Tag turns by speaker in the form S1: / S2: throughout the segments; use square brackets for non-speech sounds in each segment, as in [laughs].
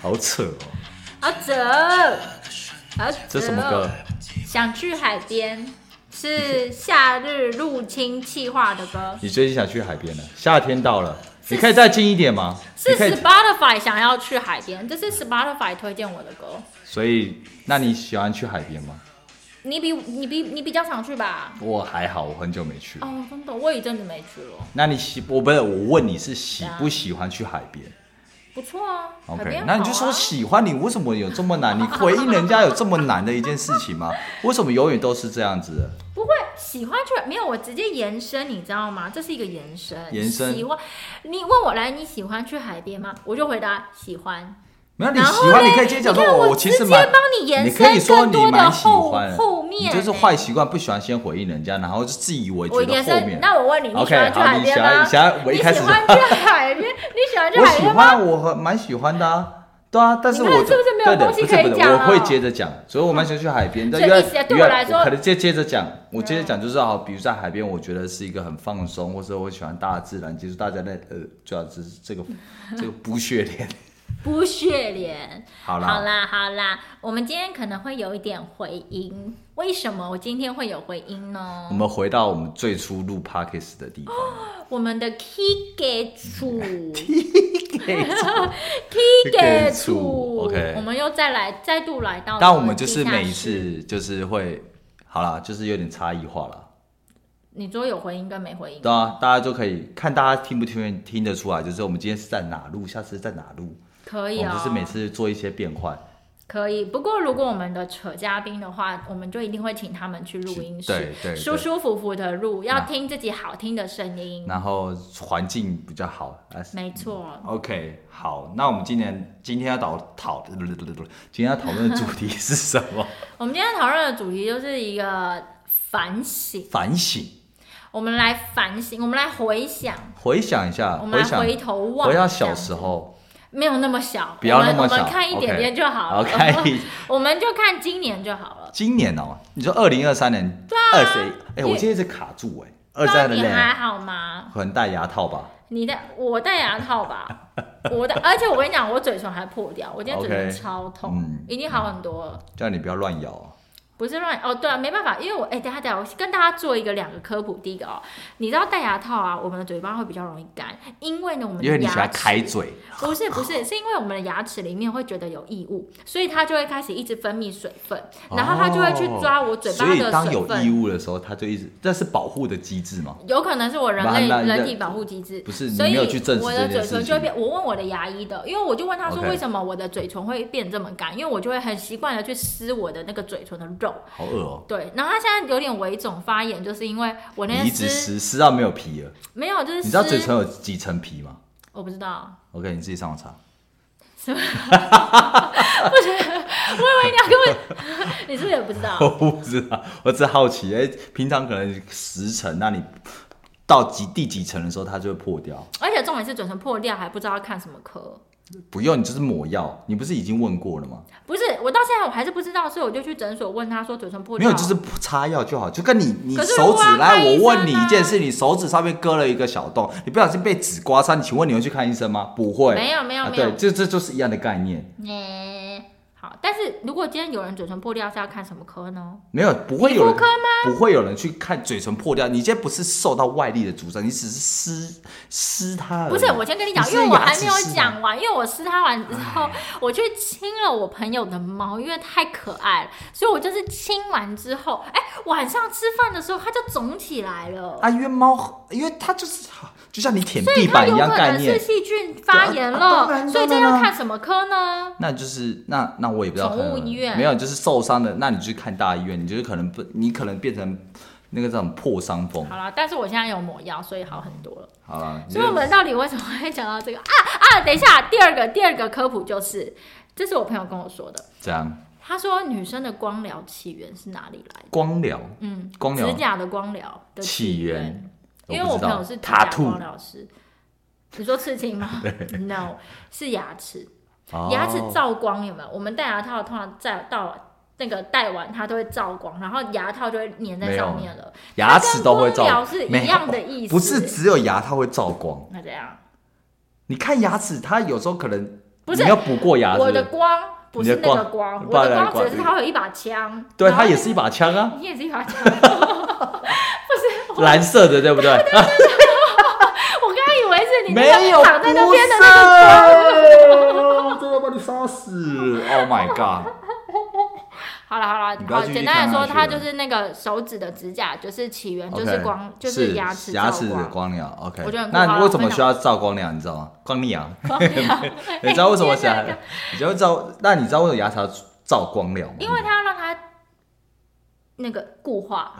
S1: 好扯哦！
S2: 好走，好走。
S1: [laughs] 这什么歌？
S2: 想去海边是夏日入侵计划的歌，
S1: 你最近想去海边了？夏天到了，你可以再近一点吗？
S2: 是
S1: 你可以
S2: Spotify 想要去海边，这是 Spotify 推荐我的歌。
S1: 所以，那你喜欢去海边吗？
S2: 你比你比你比较常去吧？
S1: 我还好，我很久没去了。
S2: 哦，真的，我一阵子没去了，
S1: 那你喜我不是我问你是喜
S2: 对啊
S1: 不喜欢去海边
S2: 不错啊。海
S1: ？OK，
S2: 边
S1: 那你
S2: 好
S1: 就
S2: 啊
S1: 说喜欢你，为什么有这么难？你回应人家有这么难的一件事情吗？为什么永远都是这样子的？
S2: 不会喜欢去没有，我直接延伸，你知道吗？这是一个延伸。
S1: 延伸
S2: 喜欢，你问我来，你喜欢去海边吗？我就回答喜欢。
S1: 没有你
S2: 然后
S1: 喜欢，
S2: 嘞
S1: 你可以直接讲
S2: 你看
S1: 说，哦
S2: 我
S1: 其
S2: 直
S1: 实
S2: 接
S1: 蛮
S2: 帮你延伸
S1: 可以说你
S2: 更多的
S1: 蛮喜
S2: 后
S1: 欢的
S2: 后面
S1: 你就是
S2: 嘞
S1: 坏习惯，不喜欢先回应人家，然后就自以为
S2: 我
S1: 觉得
S2: 延
S1: 后
S2: 伸
S1: 面。，
S2: 那我问你，你喜
S1: OK，
S2: 欢去
S1: 好，
S2: 海
S1: 你想
S2: 边
S1: 要
S2: 吗？
S1: 想要我一
S2: 你
S1: 开始
S2: 喜
S1: 就
S2: 欢去海边？你喜欢去
S1: 我
S2: 海
S1: 喜
S2: 边吗？
S1: 欢，我很蛮喜欢的啊。对啊，但是
S2: 你
S1: 我
S2: 看是不是没有
S1: 对的
S2: 东西
S1: 不是
S2: 可以
S1: 不是
S2: 讲了
S1: 我会接着讲，所以我蛮喜欢去海边。但
S2: 所以
S1: 因为
S2: 意思啊对
S1: 因为
S2: 我来说
S1: 可能接接着讲，我接着讲就是好，比如在海边，我觉得是一个很放松，或者我喜欢大自然，接触大家的呃，主要是这个 [laughs] 这个补血
S2: [laughs]
S1: 脸。
S2: 不屑脸。
S1: 好啦，
S2: 好啦，好啦，我们今天可能会有一点回音。为什么我今天会有回音呢
S1: 我？们回到我们最初录 podcast 的
S2: [laughs]
S1: 地方。
S2: 我们的 key 给处
S1: [laughs] key
S2: key 给
S1: get
S2: 处
S1: 处，OK
S2: 我们又再来再度来到，
S1: 但我们就是每一，次就是会，好啦，就是有点差异化啦。
S2: 你说有回音跟没回音，
S1: 对啊，大家就可以看大家听不听听得出来，就是我们今天是在哪路，下次是在哪路，
S2: 可
S1: 我
S2: 以
S1: 们
S2: 啊、
S1: 就是每次做一些变换。
S2: 可以。不过如果我们的扯嘉宾的话，我们就一定会请他们去录音室，
S1: 对对对
S2: 舒舒服服的录，
S1: 那
S2: 要听自己好听的声音，
S1: 然后环境比较好。啊
S2: 没错。
S1: OK，好，那我们今年今天要讨讨，今天要讨论的主题是什
S2: [laughs]
S1: 么？
S2: 我们今天讨论的主题就是一个反省，
S1: 反省，
S2: 我们来反省，我们来回想，
S1: 啊回想一下，
S2: 我们来
S1: 想
S2: 回头望，
S1: 回到小时候，
S2: 没有那么小，
S1: 不要那么
S2: 我们我
S1: 小
S2: 们看一点点就好
S1: 好
S2: 了。
S1: 看
S2: [laughs] 我们就看今年就好了。
S1: 今年哦，你说二零二三年二十一，哎，我今天一直卡住哎，二三
S2: 啊不知道
S1: 年
S2: 你还好吗？
S1: 很戴牙套吧？
S2: 你的我戴牙套吧， [laughs] 我的，而且我跟你讲，我嘴唇还破掉，我今天嘴唇
S1: OK，
S2: 超痛
S1: 嗯
S2: 已经好很多了。
S1: 叫你不要乱咬哦。
S2: 不是乱哦，对啊，没办法，因为我哎、等一下等一下，我跟大家做一个两个科普。第一个哦，你知道戴牙套啊，我们的嘴巴会比较容易干，因为呢，我们的
S1: [laughs] 因为你喜
S2: 嗯牙
S1: 欢
S2: 齿
S1: 开嘴，
S2: 不是不是，是因为我们的牙齿里面会觉得有异物，所以它就会开始一直分泌水分，然后它就会去抓我嘴巴
S1: 哦所以
S2: 的
S1: 当
S2: 水
S1: 有异
S2: 分。
S1: 物的时候，它就一直，这是保护的机制嘛？
S2: 有可能是我人类
S1: 那那
S2: 人体保护机制，
S1: 不是你
S2: 所以
S1: 没有去证实
S2: 我
S1: 这
S2: 的
S1: 件
S2: 嘴
S1: 事
S2: 唇
S1: 情
S2: 就会变。我问我的牙医的，因为我就问他说
S1: OK
S2: 为什么我的嘴唇会变这么干，因为我就会很习惯的去撕我的那个嘴唇的肉。
S1: 好恶哦、
S2: 对，然后它现在有点微肿发炎，就是因为我那
S1: 你一
S2: 天
S1: 直
S2: 撕
S1: 撕撕到没有皮了，
S2: 没有，就是
S1: 你
S2: 撕
S1: 知道嘴唇有几层皮吗
S2: 我不知道， [laughs]
S1: ？OK，你自己上网查。
S2: 啊我以为你要跟我， [laughs] 你是不是也不知道？
S1: [laughs] [laughs] 我不知道，我只好奇，哎、平常可能十层，那你到几第几层的时候它就会破掉？
S2: 而且重点是嘴唇破掉还不知道要看什么科。
S1: 不用，你就是抹药，你不是已经问过了吗？
S2: 不是，我到现在我还是不知道，所以我就去诊所问他说嘴唇破
S1: 没
S2: 掉。
S1: 有，就是擦药就好，就跟你你
S2: 可是
S1: 手
S2: 如果要
S1: 指来，
S2: 看医
S1: 我
S2: 生
S1: 问你一件
S2: 啊
S1: 事，你手指上面割了一个小洞，你不小心被纸刮伤，你请问你会去看医生吗？不会，
S2: 没有没有
S1: 啊
S2: 没有
S1: 对，这这就是一样的概念，
S2: 嗯好，但是如果今天有人嘴唇破掉是要看什么科呢？
S1: 没有不会
S2: 皮
S1: 有
S2: 肤
S1: 人
S2: 科
S1: 不会有人去看嘴唇破掉，你今天不是受到外力的阻挡，你只是撕撕它而已。
S2: 不是，我先跟你讲，
S1: 呃你
S2: 因
S1: 是
S2: 为我
S1: 牙
S2: 还
S1: 齿
S2: 没有
S1: 是吗哎
S2: 讲完，因为我撕它完之后，我去亲了我朋友的毛，因为太可爱了，所以我就是亲完之后，哎、晚上吃饭的时候它就肿起来了。
S1: 啊，因为猫，因为它就是就像你舔
S2: 所
S1: 地
S2: 以它
S1: 板一
S2: 有
S1: 样
S2: 可
S1: 概
S2: 能是
S1: 念，
S2: 细菌发炎
S1: 对啊当
S2: 了，
S1: 然
S2: 所以这
S1: 当然
S2: 要
S1: 啊
S2: 看什么科呢？
S1: 那就是那那我也不知道可能，
S2: 宠物医院
S1: 没有，就是受伤的，那你去看大医院，你就是可能不，你可能变成那个叫什么破伤风。
S2: 好了，但是我现在有抹药，所以好很多了。
S1: 好了，
S2: 所以我们到底为什么会讲到这个啊啊？等一下，第二个第二个科普就是，这是我朋友跟我说的。
S1: 这样
S2: 他说女生的光疗起源是哪里来的？
S1: 光疗，
S2: 嗯，
S1: 光疗
S2: 指甲的光疗的
S1: 起源，
S2: 因为我朋友是指
S1: 塔
S2: 甲
S1: 兔
S2: 光，疗师。你说刺
S1: [laughs]
S2: 青吗？No，是牙齿，
S1: 哦
S2: 牙齿照光有没有？我们戴牙套通常在到那个戴完它都会照光，然后牙套就会粘在上面了。
S1: 牙齿都会
S2: 它跟光
S1: 照
S2: 疗，是
S1: 没
S2: 一
S1: 有
S2: 样的意思，
S1: 不是只有牙套会照光。
S2: 那怎样？
S1: 你看牙齿，它有时候可能
S2: 不是
S1: 你要补过牙是不
S2: 我的
S1: 是？
S2: 光不是
S1: 你的光
S2: 那个光，
S1: 不
S2: 我
S1: 然
S2: 的光
S1: 光
S2: 只是它会有一把枪，
S1: 对，
S2: 然后
S1: 它也是一把枪
S2: [laughs]
S1: 啊，
S2: 你也是一把枪，我
S1: 蓝色的，对不对？
S2: 刚刚以为是你那
S1: 没有，
S2: 个躺在那边的那个
S1: 个，真要把你杀死！Oh my god！
S2: 好了好了
S1: 你，不要
S2: 好，
S1: 继续
S2: 简单来
S1: 看下
S2: 说，
S1: 去
S2: 它
S1: 了
S2: 就是那个手指的指甲，就是起源 [laughs] 就是
S1: OK，
S2: 光，就是牙齿
S1: 牙
S2: 照
S1: 齿的
S2: 光。
S1: 光疗。OK，
S2: 我觉得很酷
S1: 那
S2: 好
S1: 你为
S2: 我
S1: 什么
S2: 分
S1: 需要照光疗？你知道吗？光疗， [laughs] 你
S2: 哎
S1: 知道为什么
S2: 天哪 [laughs]
S1: 想？你就照？那你知道为什么牙齿要照光疗吗？
S2: 因为它要让它那个固化，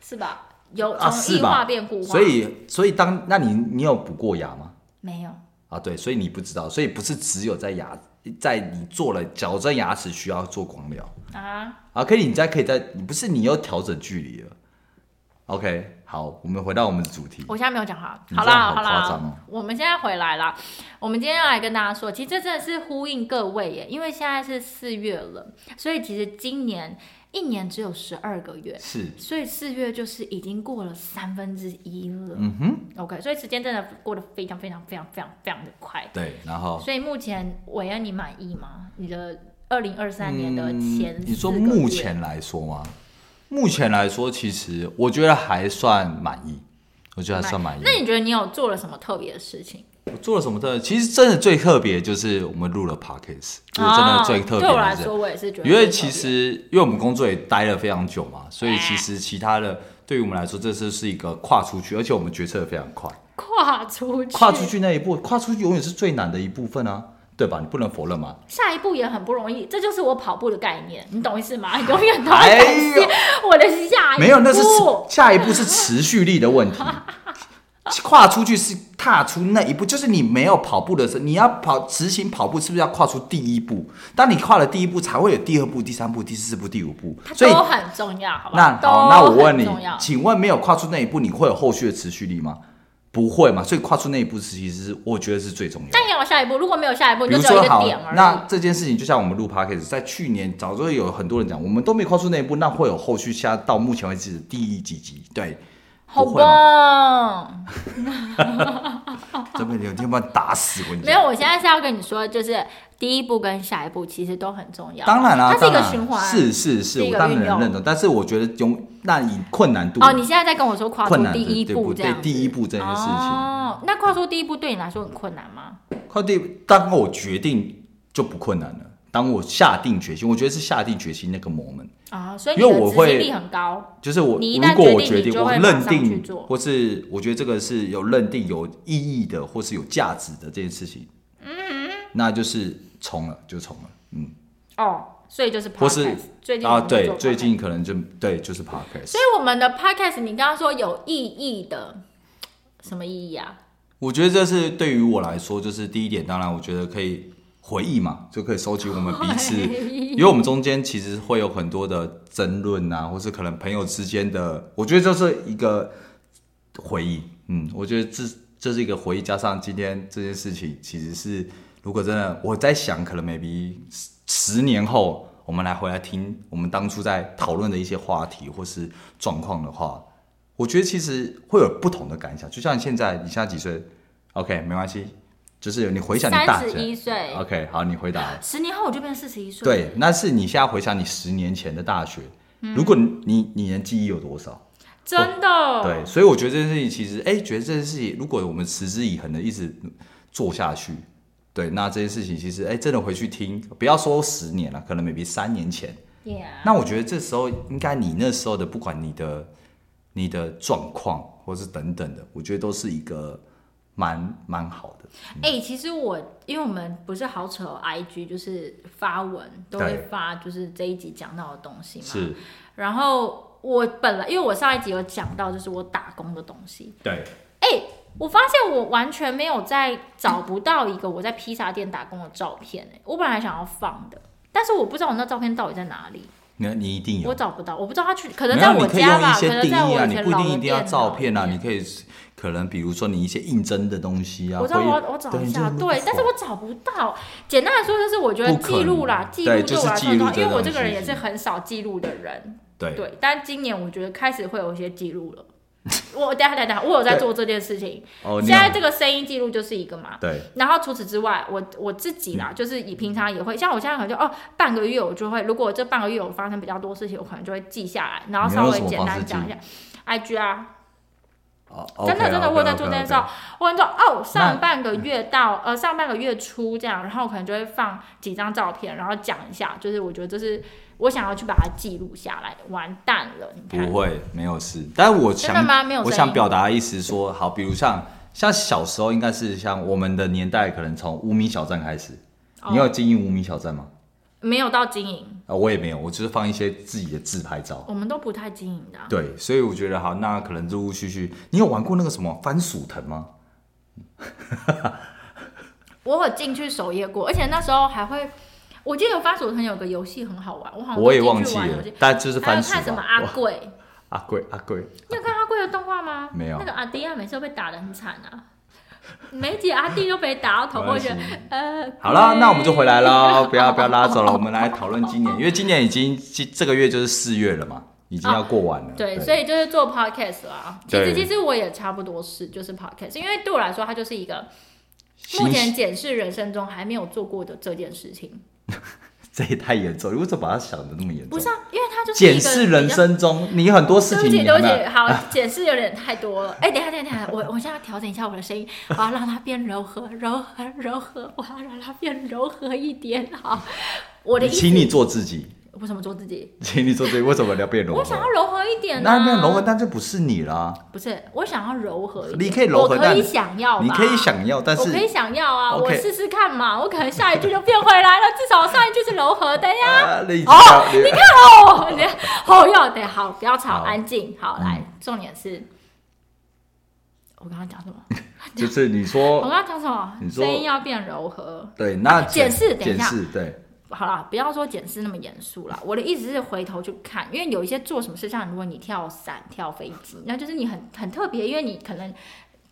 S2: 是吧？由
S1: 啊
S2: 从
S1: 是
S2: 异
S1: 吧
S2: 化变固化，
S1: 所以所以当那你你有补过牙吗？
S2: 没有。
S1: 啊，对，所以你不知道，所以不是只有在牙，在你做了矫正牙齿需要做光疗。
S2: 啊，
S1: 啊，可以，你再可以再，你不是你又调整距离了。OK，好，我们回到我们的主题。
S2: 我现在没有讲话。
S1: 你
S2: 好
S1: 这样
S2: 啦，
S1: 好
S2: 好
S1: 夸张哦
S2: 啦，我们现在回来啦。我们今天要来跟大家说，其实这真的是呼应各位耶，因为现在是四月了，所以其实今年一年只有十二个月，
S1: 是，
S2: 所以四月就是已经过了三分之一了。
S1: 嗯哼，
S2: OK，所以时间真的过得非常非常非常非常非常的快。
S1: 对，然后
S2: 所以目前韦恩，你满意吗？你的二零二三年的前、
S1: 嗯，你说目，前来说吗？目前来说，其实我觉得还算满意，我觉得还算满意。
S2: 那你觉得你有做了什么特别的事情？
S1: 我做了什么特别？其实真的最特别就是我们录了 podcast，就是真的最特别
S2: 啊哦对啊我来
S1: 的是
S2: 说，我也是觉得最特
S1: 因
S2: 别，
S1: 为其实因为我们工作也待了非常久嘛，所以
S2: 哎
S1: 其实其他的对于我们来说，这次是一个跨出去，而且我们决策得非常快。
S2: 跨出去，
S1: 跨出，去那一步，跨出去永远是最难的一部分啊，对吧？你不能否认嘛。
S2: 下一步也很不容易。这就是我跑步的概念，你懂意
S1: [laughs]
S2: 思吗？永远都要担心我的下一步。
S1: 哎没有，那是持下一步是持续力的问
S2: [laughs]
S1: 题。跨出去是踏出那一步，就是你没有跑步的时候，你要跑执行跑步，是不是要跨出第一步？当你跨了第一步，才会有第二步、第三步、第四步、第五步。所以
S2: 都很重要，好不
S1: 那好，
S2: 好，
S1: 那我
S2: 都
S1: 问
S2: 很
S1: 你
S2: 重要，
S1: 请问没有跨出那一步，你会有后续的持续力吗？不会嘛？所以跨出那一步，其实是我觉得是最重要的。
S2: 但也有下一步，如果没有下一步，
S1: 比
S2: 你
S1: 如
S2: 就只有
S1: 说
S2: 一个
S1: 好
S2: 点而，已。
S1: 那这件事情就像我们录 podcast，在去年早就有很多人讲，我们都没跨出那一步，那会有后续下到目前为止的第一几集，
S2: [laughs]
S1: 对，
S2: 好
S1: 不会吗？
S2: 棒。
S1: 这边有天把你打死，我跟你
S2: 没
S1: 讲
S2: 有，。啊我现在是要跟你说，就是第一步跟下一步其实都很重要。
S1: 当然啦、
S2: 它是一
S1: 当
S2: 个
S1: 然啊
S2: 循环。
S1: 是是是，
S2: 是一
S1: 我
S2: 个
S1: 当
S2: 运
S1: 然
S2: 用
S1: 认同，但是我觉得用那以困难度
S2: 哦，你现在在跟我说跨出
S1: 困难
S2: 第
S1: 的
S2: 一
S1: 对
S2: 步
S1: 不
S2: 这
S1: 对
S2: 样？
S1: 第一步这件事情，
S2: 哦，那跨出第一步对你来说很困难吗？
S1: 快第当我决定就不困难了。当我下定决心，我觉得是下定决心那个 moment，
S2: 啊、所以你
S1: 因为我
S2: 的执
S1: 会
S2: 行力很高。
S1: 就是我，
S2: 你一
S1: 如
S2: 旦
S1: 果我
S2: 决
S1: 决
S2: 定你
S1: 定，
S2: 就
S1: 我
S2: 会马
S1: 认
S2: 上去
S1: 定
S2: 做，
S1: 或是我觉得这个是有认定、有意义的，或是有价值的这件事情，嗯，那就是冲了，就冲了，嗯，
S2: 哦，所以就是 podcast,
S1: 或是
S2: 最近
S1: 啊，
S2: 我们在
S1: 对
S2: 做，
S1: 最
S2: podcast
S1: 近可能就对，就是 podcast
S2: 所。以我们的 podcast 你刚刚说有意义的，什么意义啊？
S1: 我觉得这是对于我来说，就是第一点，当然我觉得可以回忆嘛，就可以收集我们彼此，因为我们中间其实会有很多的争论啊，或是可能朋友之间的，我觉得就是一个回忆。嗯，我觉得这这是一个回忆，加上今天这件事情，其实是如果真的我在想，可能 maybe 十十年后我们来回来听我们当初在讨论的一些话题或是状况的话，我觉得其实会有不同的感想。就像现在，你现在几岁？OK，没关系，就是你回想你大
S2: 三
S1: 学
S2: 十一岁，
S1: OK，好，你回答
S2: [laughs]
S1: 了。
S2: 十年后我就变四十一岁。
S1: 对，那是你现在回想你十年前的大学，
S2: 嗯
S1: 如果你你你能记忆有多少？
S2: 真的。
S1: 对，所以我觉得这件事情其实，哎、觉得这件事情，如果我们持之以恒的一直做下去，对，那这件事情其实，哎、真的回去听，不要说十年了，可能 maybe 三年前，
S2: Yeah
S1: 那我觉得这时候应该你那时候的，不管你的你的状况，或是等等的，我觉得都是一个蛮蛮好的。
S2: 哎、其实我因为我们不是好扯 IG，就是发文都会
S1: 对
S2: 发，就是这一集讲到的东西嘛。
S1: 是，
S2: 然后我本来因为我上一集有讲到，就是我打工的东西。
S1: 对，
S2: 哎、我发现我完全没有在找不到一个我在披萨店打工的照片、哎，我本来想要放的，但是我不知道我那照片到底在哪里，
S1: 那你一定有
S2: 我。找不到，我不知道它去，可
S1: 没
S2: 能
S1: 有，
S2: 在我
S1: 你可以
S2: 家
S1: 用一
S2: 吧，可
S1: 些
S2: 能
S1: 定
S2: 在
S1: 义啊，
S2: 我以
S1: 你
S2: 前
S1: 不一
S2: 老的
S1: 定一定要
S2: 电
S1: 照
S2: 脑
S1: 片啊，
S2: 里
S1: 你
S2: 面
S1: 可以可能比如说你一些应征的东西啊，
S2: 我知道
S1: 会
S2: 我要我找
S1: 对
S2: 一
S1: 你就
S2: 下，
S1: look
S2: 对，但是
S1: for
S2: 我找不到。简单来说就是，我觉得
S1: 不可能
S2: 记录啦，记录
S1: 对
S2: 对
S1: 就
S2: 我来
S1: 是
S2: 说
S1: 记录
S2: 很重要
S1: 这
S2: 因为我
S1: 东
S2: 这个人
S1: 西
S2: 也是很少记录的人，
S1: 对 [laughs]
S2: 对。但今年我觉得开始会有一些记录了，我等一下等一下，我有在做这件事情。
S1: 哦，
S2: 现
S1: 你好
S2: 在这个声音记录就是一个嘛。
S1: 对，
S2: 然后除此之外，我我自己
S1: 嗯
S2: 啦，就是以平常也会，像我现在可能就哦，半个月我就会，如果这半个月有发生比较多事情，我可能就会记下来，然后稍微简单讲一下。I G 啊，
S1: 哦
S2: 真的真的，我有在做这件事哦。我很说哦，上
S1: 那
S2: 半个月到呃上半个月初这样，然后我可能就会放几张照片，然后讲一下，就是我觉得这是我想要去把它记录下来。完蛋了，你看
S1: 不，会，没有事。但我
S2: 嗯真的
S1: 想，
S2: 吗？没有声音，
S1: 我想表达的意思说，好，比如像像小时候，应该是像我们的年代，可能从无名小站开始。
S2: 哦
S1: 你有经营无名小站吗？
S2: 没有到经营，
S1: 啊，我也没有，我就是放一些自己的自拍照。
S2: 我们都不太经营的啊、
S1: 对，所以我觉得好，那可能陆陆续续，你有玩过那个什么番薯藤吗？
S2: 我有进去首页过，而且那时候还会，我记得番薯藤有个游戏很好哦玩，我好像
S1: 我也
S2: 都进
S1: 忘
S2: 去
S1: 记
S2: 玩游
S1: 了
S2: 戏，
S1: 但就是
S2: 还有
S1: 番薯
S2: 看什么
S1: 吧。
S2: 阿
S1: 哇
S2: 贵，
S1: 阿贵阿贵，
S2: 你有看阿贵的动画吗？
S1: 没有
S2: 那个阿迪亚每次都被打的很惨啊，每一集阿弟都被打到头，
S1: 没
S2: 哦我
S1: 关
S2: 觉得
S1: 系
S2: 呃，
S1: 好了，
S2: 贵
S1: 那我们就回来
S2: [laughs]
S1: 了，不要不要拉走了，我们来讨论今年，因为今年已经这这个月就是四月了嘛，已经要过完了。
S2: 对，所以就是做 podcast 啦。其实
S1: 对
S2: 其实我也差不多是就是 podcast，因为对我来说，它就是一个目
S1: 新
S2: 前检视人生中还没有做过的这件事情。
S1: 这也太严重，你为什么把它想的那么严
S2: 不
S1: 重
S2: 是？啊，因为它就是一个
S1: 检视人
S2: 比较
S1: 生中，你很多事
S2: 对不
S1: 情
S2: 起，
S1: 你啊还
S2: 对不
S1: 没有
S2: 起，好，解释有点太多了。哎、等一下，等一下，等一下，我 [laughs] 我现在要调整一下我的声音，我要让它变柔和，柔和，柔和，我要让它变柔和一点。好，我的意思
S1: 请，你做自己， [laughs]
S2: 为什么做自己？
S1: 请你做自己，为什么你要变柔
S2: 我想
S1: 和？
S2: 要柔和一点、啊，
S1: 那变柔和，，那就不是你啦。
S2: 不是，我想要柔和一点，
S1: 你可以柔和
S2: 我可
S1: 但
S2: 以想要吧，
S1: 你可以想要，但
S2: 我
S1: 是
S2: 可以想要啊，我
S1: OK
S2: 试试看嘛，我可能下一句就变回来了，至少我上一句是柔和的呀。
S1: 啊，你知
S2: 哦
S1: 道，你
S2: 你 [laughs] 看哦，你看哦要得好，不要吵，
S1: 好
S2: 安静。好，
S1: 嗯
S2: 来，重点是，我刚刚讲什么？
S1: 就是你
S2: 我
S1: 说
S2: 刚刚讲什么
S1: 你？说
S2: 声音要变柔和。
S1: 对，那
S2: 检视等一
S1: 检
S2: 下
S1: 视对，
S2: 好啦，不要说检视那么严肃啦。我的意思是回头去看，因为有一些做什么事，像如果你跳伞、跳飞机，那就是你很很特别，因为你可能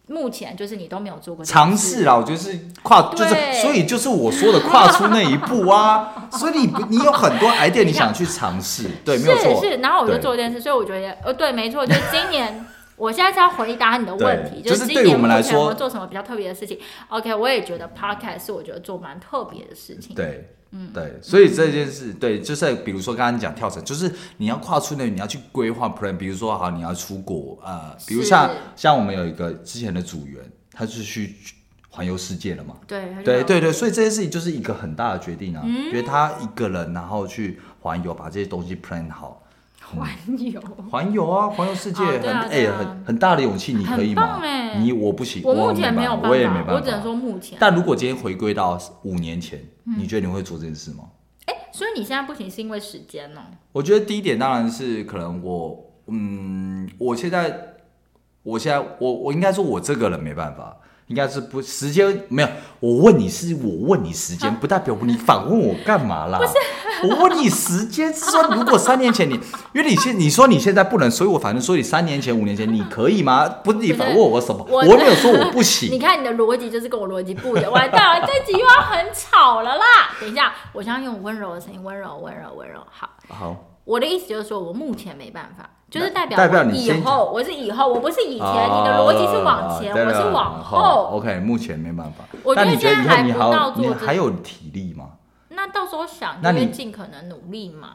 S2: 目前就是你都没有做过这件
S1: 尝试啦，我就是跨，就是
S2: 对
S1: 所以就是我说的跨出那一步啊。所以你不你有很
S2: [laughs]
S1: 多 idea 你想去尝试，对，没有
S2: 是
S1: 错，
S2: 是，然后我就
S1: 对
S2: 做这件事，所以我觉得，呃，对，没错，就是
S1: [laughs]
S2: 今年，我现在是要回答你的问
S1: 对
S2: 题，就
S1: 就是
S2: 今
S1: 对
S2: 年
S1: 我们
S2: 目
S1: 来
S2: 前有没有
S1: 说
S2: 做什么比较特别的事情？OK，我也觉得 podcast 是我觉得做蛮特别的事情。
S1: 对。
S2: 嗯
S1: 对，所以这件事，对，就是比如说刚刚讲跳绳，就是你要跨出那，你要去规划 plan，比如说好，你要出国，呃，比如
S2: 是
S1: 像像我们有一个之前的组员，他是去环游世界了嘛，
S2: 对它就
S1: 对
S2: 蛮
S1: 对对，所以这件事情就是一个很大的决定啊，因为他一个人然后去环游，把这些东西 plan 好，
S2: 环游。
S1: 环游啊，环游世界，
S2: 哦对
S1: 很
S2: 啊
S1: 哎、
S2: 对啊
S1: 很很大的勇气，你可以
S2: 很
S1: 吗
S2: 棒？欸
S1: 你我不行，
S2: 我
S1: 我
S2: 目前没有
S1: 办我也没
S2: 法，
S1: 办
S2: 我只能，说目前。
S1: 但如果今天回归到五年前，你觉得你会做这件事吗？
S2: 哎，所以你现在不行是因为时间哦。
S1: 我觉得第一点当然是可能我，嗯，我现在，我现在，我我应该说，我这个人没办法，应该是不时间没有。我问你是我问你时间，不代表你反问我干嘛啦？我问你时间是说，如果三年
S2: [laughs]
S1: 前你，因为你现你说你现在不能，所以我反正说你三年前、五年前你可以吗？不是你反问我什么，
S2: 我
S1: 我没有说我不
S2: 你
S1: 行。
S2: 看你的逻辑就是跟我逻辑不一样，完蛋了，这集又要很吵了啦！等一下，我想要用温柔的声音，温柔，温柔，温柔，好。
S1: 好，
S2: 我的意思就是说，我目前没办法，就是
S1: 那
S2: 代表
S1: 代表
S2: 我
S1: 你
S2: 以
S1: 先
S2: 后，我是以后，我不是以前。你的
S1: 哦
S2: 逻辑是往前，
S1: 对
S2: 我是
S1: 了
S2: 往
S1: 后
S2: 后。
S1: OK，目前没办法。
S2: 我觉
S1: 但
S2: 得
S1: 你觉得
S2: 现
S1: 以后你
S2: 在还不
S1: 还
S2: 到做
S1: 你
S2: 这
S1: 还有体力吗？
S2: 那到时候想，
S1: 那
S2: 就会
S1: 你
S2: 尽可能努力嘛。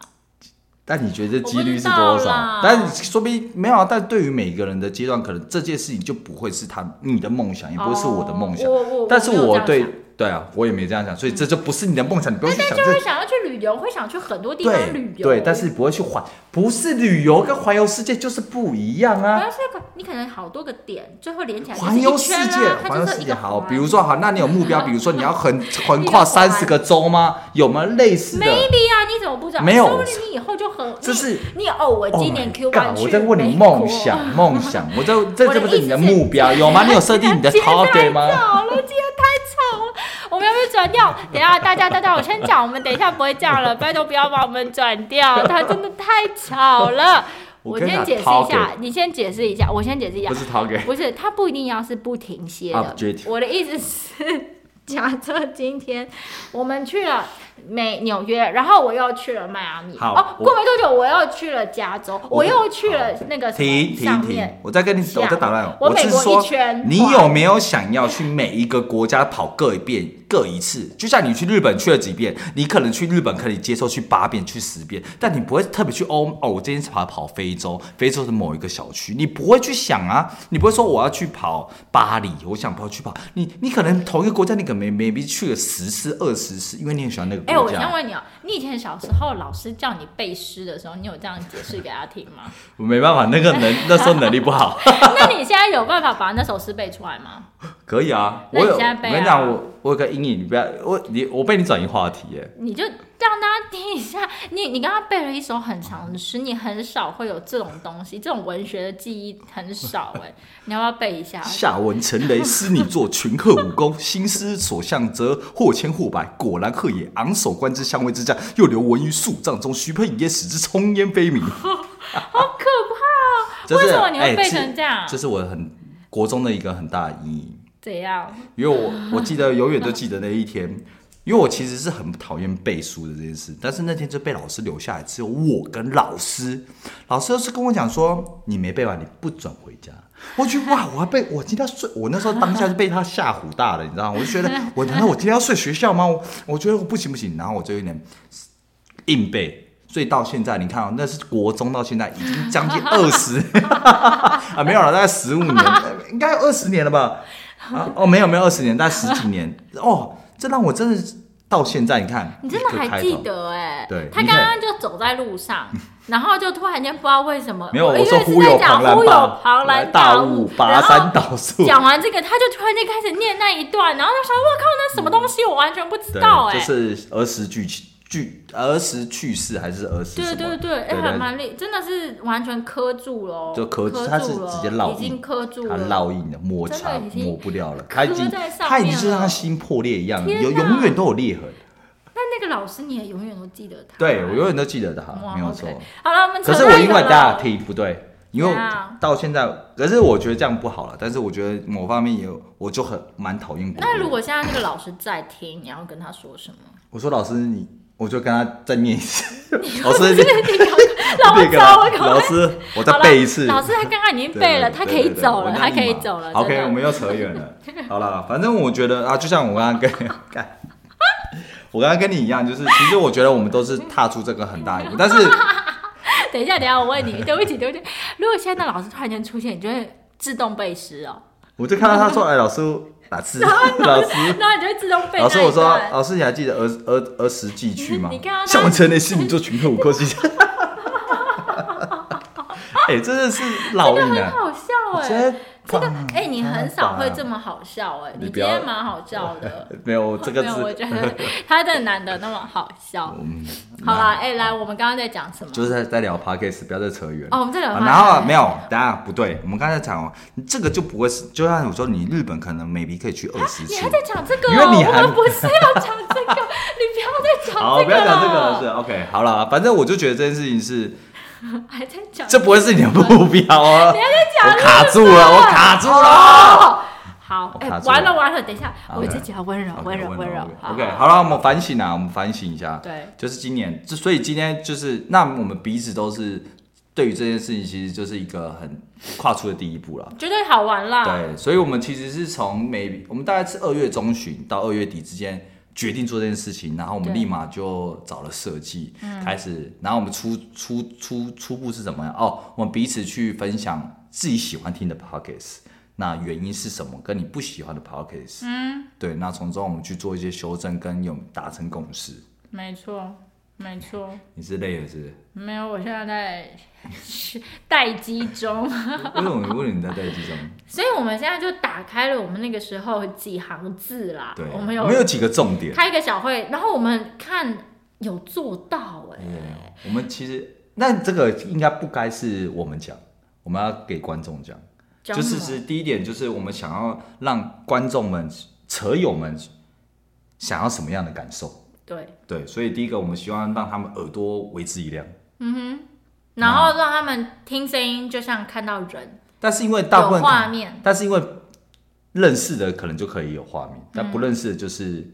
S1: 但你觉得几率是
S2: 我
S1: 多
S2: 不知道啦
S1: 少？但说不定没有啊。但对于每个人的阶段，可能这件事情就不会是他你的梦想，也不会是我的梦想。
S2: 哦我我
S1: 但是
S2: 我没有
S1: 我
S2: 这样
S1: 对
S2: 想
S1: 对啊，我也没这样想，所以这就不是你的梦想，你不用去想
S2: 就
S1: 这
S2: 会。想要去旅游，会想去很多地方旅
S1: 对
S2: 游。啊
S1: 对，但是不会去环，不是旅游跟环游世界就是不一样
S2: 主
S1: 啊。
S2: 要是可你可能好多个点，最后连起来就是
S1: 环游
S2: 一
S1: 世
S2: 圈
S1: 界
S2: 啦，它
S1: 环游
S2: 就是
S1: 世
S2: 一
S1: 界
S2: 个
S1: 好，
S2: 环啊
S1: 比如说好，那你有目标，比如说你要
S2: [laughs]
S1: 横横跨
S2: 一个环
S1: 三十个州吗？有没有类似的？
S2: maybe 啊，你怎么不知道？
S1: 没有
S2: 说不定你以后就很，
S1: 这是
S2: 你你哦，我
S1: Oh
S2: 今年
S1: my
S2: Q 版
S1: God，我在问你梦想，梦想，我在这
S2: [laughs] 我的
S1: 这不是
S2: 意
S1: 你
S2: 思
S1: 的
S2: 是
S1: 目标有吗？你有设定你的
S2: 今天
S1: target
S2: 太
S1: 吗？
S2: 吵了，今天太吵了，我们要不要转掉？等一下，大家，大家，我先讲，我们等一下不会这样了，拜托不要把我们转掉，它真的太吵了。
S1: 我
S2: 我
S1: 跟你讲
S2: 先解释一下
S1: target，
S2: 你先解释一下，我先解释一下
S1: 不，是 target，
S2: 不是，它不一定要是不停歇的。
S1: Objective
S2: 我的意思是，假设今天我们去了美纽约，然后我又去了迈阿密。
S1: 好
S2: 哦，
S1: 我
S2: 过没多久我又去了加州，
S1: 我
S2: 我又去了那个什
S1: 停
S2: 么
S1: 停
S2: 上
S1: 停
S2: 面。！
S1: 我在跟你，
S2: 下
S1: 我在打断你。
S2: 我
S1: 只
S2: 美
S1: 是
S2: 国
S1: 说
S2: 一圈，
S1: 你
S2: 哇
S1: 有没有想要去每一个国家跑各一遍、各一次？就像你去日本去了几遍，你可能去日本可以接受去八遍、去十遍，但你不会特别去欧哦。我今天是跑跑非洲，非洲的某一个小区，你不会去想啊，你不会说我要去跑巴黎，我想跑去跑。你你可能同一个国家，你可能 may- maybe 去了十次、二十次，因为你很喜欢那个
S2: 哎、
S1: 国
S2: 我
S1: 家。
S2: 先问你哦，你以前小时候老师叫你背诗的时候，你有这样解释给他听吗？ [laughs] 哎
S1: 我没办法，那个能那时候能力不好。
S2: 那你现在有办法把那首诗背出来吗？
S1: 可以啊，
S2: 那
S1: 我
S2: 你
S1: 有。
S2: 现在背
S1: 我跟你
S2: 啊
S1: 讲，我我有个阴影，你不要我你我被你转移话题耶。
S2: 你就让大家听一下，你你刚刚背了一首很长的诗，你很少会有这种东西，这种文学的记忆很少哎、 [laughs] 你要不要背
S1: [laughs]
S2: 一下？
S1: 下文成
S2: [laughs]
S1: 雷，诗你作，群鹤武功，心思所向则或千或百，果然鹤也。昂首观之，相位之下，又留文于数丈中，须喷一夜，使之冲烟飞鸣。
S2: 好可怕、哦！
S1: 这是
S2: [laughs] 为什么你
S1: 哎
S2: 会背
S1: 这
S2: 成这样？
S1: 这是我很国中的一个很大的阴影，
S2: 怎样？
S1: 因为我我记得永远都记得那一天，因为我其实是很讨厌背书的这件事，但是那天就被老师留下来，只有我跟老师，老师就是跟我讲说，你没背完，你不准回家。我觉得哇，我还被我今天要睡，我那时候当下就被他吓唬大了，你知道吗？我就觉
S2: [laughs]
S1: 得，我难道我今天要睡学校吗？我我觉得我不行不行，然后我就有点硬背。所以到现在，你看哦，那是国中到现在已经将
S2: [laughs]
S1: 近二十 [laughs] 啊，没有了，大概十五年，呃应该二十年了吧？啊，哦，没有没有二十年，大概十几年哦。这让我真的是到现在，你看，
S2: 你真的
S1: 一个
S2: 还
S1: 开
S2: 记
S1: 头？
S2: 得哎、
S1: 对
S2: 他
S1: 你
S2: 刚
S1: 看
S2: 刚就走在路上， [laughs] 然后就突然间不知道为什么，
S1: 没有，
S2: 因
S1: 我
S2: 为
S1: 说
S2: 是
S1: 忽
S2: 在
S1: 悠
S2: 讲
S1: 庞然
S2: 忽悠
S1: 大
S2: 庞然
S1: 大
S2: 物，
S1: 拔
S2: 然
S1: 山
S2: 后
S1: 倒树，
S2: 讲完这个，他就突然间开始念那一段，然后他说：“我靠，那什么东西我完全不知
S1: [laughs] 对
S2: 道哎、
S1: 就是儿时剧剧儿时趣事还是儿时什
S2: 对
S1: 么
S2: 对对，哎、
S1: 对
S2: 还蛮厉，真的是完全磕住了哦，
S1: 就磕
S2: 住
S1: 它是
S2: 了
S1: 直接烙
S2: 已经
S1: 印
S2: 磕住
S1: 它
S2: 了，
S1: 烙印的摩擦
S2: 真的已经
S1: 抹不掉了，
S2: 刻
S1: 它已经
S2: 在上面了
S1: 它已经就像它心破裂一样，
S2: 天
S1: 有
S2: 哪
S1: 永远都有裂痕。
S2: 那那个老师你也永远都记得他，
S1: 对我永远都记得
S2: 哇
S1: 它，没有错。
S2: OK 好了，我们
S1: 可
S2: 扯
S1: 是
S2: 太
S1: 我因
S2: 远
S1: 为
S2: 了
S1: 大家听不对，因为
S2: 怎样
S1: 到现在，可是我觉得这样不好了。但是我觉得某方面也有，我就很蛮讨厌国文。
S2: 那如果现在那个老师在听，你要跟他说什么？
S1: 我说老师你，我就跟他再念一次，
S2: [laughs]
S1: 老
S2: 老
S1: 师
S2: 师，你赶快让我
S1: 那个
S2: 走，我赶快
S1: 老师，我再
S2: 好了
S1: 背一次。
S2: 老师他刚刚已经
S1: 对
S2: 背
S1: [laughs]
S2: 了，
S1: 对
S2: 他
S1: 对
S2: 可以
S1: 对对
S2: 走
S1: 我
S2: 了，
S1: 那
S2: 他
S1: 你
S2: 可以
S1: 嘛
S2: 走了。真
S1: OK，
S2: 的
S1: 我们又扯远了。好了，反正我觉得啊，就像我刚刚跟 [laughs] 干，我刚刚跟你一样，就是其实我觉得我们都是踏出这个很大一步，但是
S2: 等一下，等一下，我问你，对不起，对不起。如果现在那老师突然间出现，你就会自动背诗哦，
S1: 我就看到他说，哎，老师，老师，老师。
S2: 然后你就会自动背那
S1: 老
S2: 一段。
S1: 师，我说，呃老师，你还记得儿儿儿时寄去吗
S2: 你看到？他
S1: 像我成年是你做群客五颗星。
S2: [laughs]
S1: 哎、真的是老硬
S2: 很
S1: 啊！
S2: 好笑哎、
S1: 真的
S2: 这个哎、你很少会这
S1: 么
S2: 么好笑哎、
S1: 你
S2: 你
S1: 不
S2: 今
S1: 要
S2: 天蛮好笑的。
S1: 没有 [laughs] 这个
S2: [laughs] 没有，我
S1: 字，嗯
S2: 觉得他的男的那么好
S1: [laughs]
S2: 笑。好啦，哎、来，我们刚刚在讲什么？
S1: 就是在在聊 podcast，不要再扯远了。
S2: 哦，我们在聊
S1: 啊
S2: 话题。
S1: 然后没有，等下不对，我们刚才讲哦，这个就不会是，就像我说，你日本可能 maybe 可以去二十
S2: 你
S1: 次
S2: 还。在讲这个、
S1: 因为
S2: 哦？
S1: 你还
S2: 我们不是要讲这个，你不要再讲
S1: [laughs] 好，
S2: 这
S1: 不要
S2: 个哦
S1: 讲这个了，是 OK。好了，反正我就觉得这件事情是，
S2: 还在讲
S1: 这不会是你的目标啊！
S2: [laughs] 你还在讲
S1: 我卡住了，我卡住了。
S2: 哦。好，哎、
S1: 卡住了
S2: 完了完了，等一下，
S1: 好
S2: 我
S1: 的
S2: 自己要温柔
S1: OK，
S2: 温柔温柔。好
S1: OK，好了，我们反省啊，我们反省一下。
S2: 对，
S1: 就是今年，就所以今天就是，那我们彼此都是对于这件事情，其实就是一个很跨出的第一步了。
S2: 绝对好玩啦。
S1: 对，所以我们其实是从每我们大概是二月中旬到二月底之间决定做这件事情，然后我们
S2: 对嗯
S1: 立马就找了设计、开始，然后我们初初初初步是怎么样？哦，我们彼此去分享自己喜欢听的 podcast，那原因是什么？跟你不喜欢的 podcast，嗯，对，那从中我们去做一些修正，跟有达成共识。
S2: 没错，没错。
S1: 你是累了是不是？
S2: 没有，我现在在 [laughs] 待机中， [laughs]
S1: 为什么？为什么你在待机中？
S2: 所以我们现在就打开了我们那个时候几行字啦。
S1: 对，啊
S2: [laughs] 我们
S1: 我们有几个重点。
S2: 开一个小会，然后我们看有做到哎、
S1: 哦，我们其实那这个应该不该是我们讲，我们要给观众讲。
S2: 讲
S1: 就
S2: 什
S1: 是
S2: 么
S1: 是第一点，就是我们想要让观众们、车友们想要什么样的感受？
S2: 对，
S1: 对，所以第一个，我们希望让他们耳朵为之一亮。
S2: 然后让他们听声音，就像看到人，
S1: 但是因为大部
S2: 有
S1: 分，
S2: 画面。嗯
S1: 但是因为认识的可能就可以有画面，但不认识的就是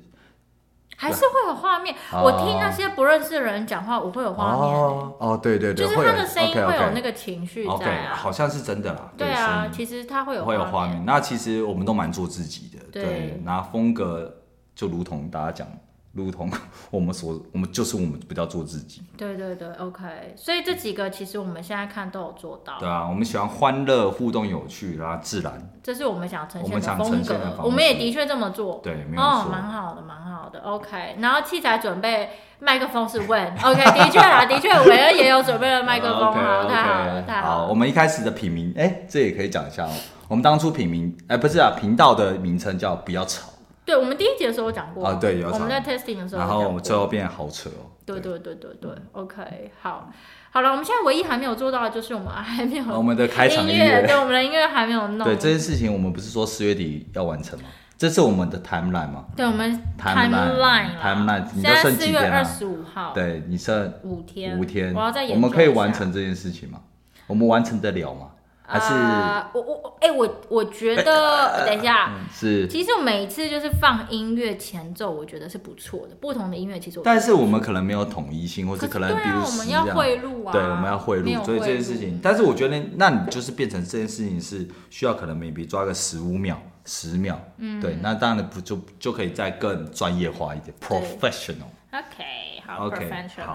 S2: 还是会有画面。
S1: 哦
S2: 我听那些不认识的人讲话，我会有画面、
S1: 哦哦，对对对，
S2: 就是
S1: 会
S2: 他
S1: 有
S2: 的声音
S1: OK，OK
S2: 会有那个情绪
S1: OK，
S2: 在啊。
S1: 好像是真的啦。
S2: 对
S1: 声
S2: 啊
S1: 音，
S2: 其实他会有
S1: 会有画
S2: 面。
S1: 面。那其实我们都蛮做自己的，
S2: 对
S1: 对，那风格就如同大家讲，如同 [laughs] 我们所，我们就是我们比较做自己，
S2: 对对对，OK。所以这几个其实我们现在看都有做到
S1: 对，啊，我们喜欢欢乐、互动、有趣，然后自然，
S2: 这是我们想呈
S1: 我
S2: 现
S1: 们
S2: 的
S1: 想
S2: 风
S1: 呈
S2: 格
S1: 现的方，式
S2: 我们也的确这么做。
S1: 对，没有
S2: 哦，
S1: 错。
S2: 蛮好的，蛮好的，OK。然后器材准备，麦克风是问 o k 的确啦，的确，韦恩也有准备了麦克
S1: [laughs]
S2: 风，好，
S1: o
S2: 太好了，太好
S1: 好，我
S2: 了。
S1: 们一开始的品名，哎、这也可以讲一下哦。我们当初品名，哎、不是啊，频道的名称叫不要吵，
S2: 对，我们第一集的时候有讲过
S1: 啊对有
S2: 我们在
S1: 讲
S2: testing 的时候有
S1: 然
S2: 讲过，
S1: 后最后变好扯哦。
S2: 对对对对对，OK，好，好了，我们现在唯一还没有做到的就是我们还没有
S1: 我们的开场
S2: 音
S1: 音乐，
S2: 对，我们的音乐还没有弄，
S1: 对这件事情，我们不是说四月底要完成吗？这是我们的 timeline 吗？
S2: 对我们
S1: timeline，
S2: timeline 啦
S1: timeline，你
S2: 现
S1: 都
S2: 在
S1: 剩
S2: 四
S1: 几
S2: 月
S1: 天啊
S2: 二十五号，
S1: 对你剩
S2: 五天，
S1: 五天，
S2: 我要再研究
S1: 我们可以
S2: 一下
S1: 完成这件事情吗？我们完成得了吗？还是、
S2: 啊我我我哎、我我觉得，等一下。
S1: 嗯是？
S2: 其实我每一次就是放音乐前奏，我觉得是不错的，不同的音乐其实我。
S1: 但是我们可能没有统一性，或
S2: 可
S1: 是
S2: 是
S1: 可
S2: 对
S1: 能比如
S2: 啊，我
S1: 十
S2: 们
S1: 这
S2: 要
S1: 样。
S2: 贿赂啊，
S1: 对，我们要贿
S2: 没有
S1: 赂，所以这件事情，但是我觉得，那你就是变成这件事情是需要可能 maybe 抓个十五秒、十秒，嗯，对，那当然不就就可以再更专业化一点，professional。
S2: OK 好
S1: OK，
S2: professional
S1: 好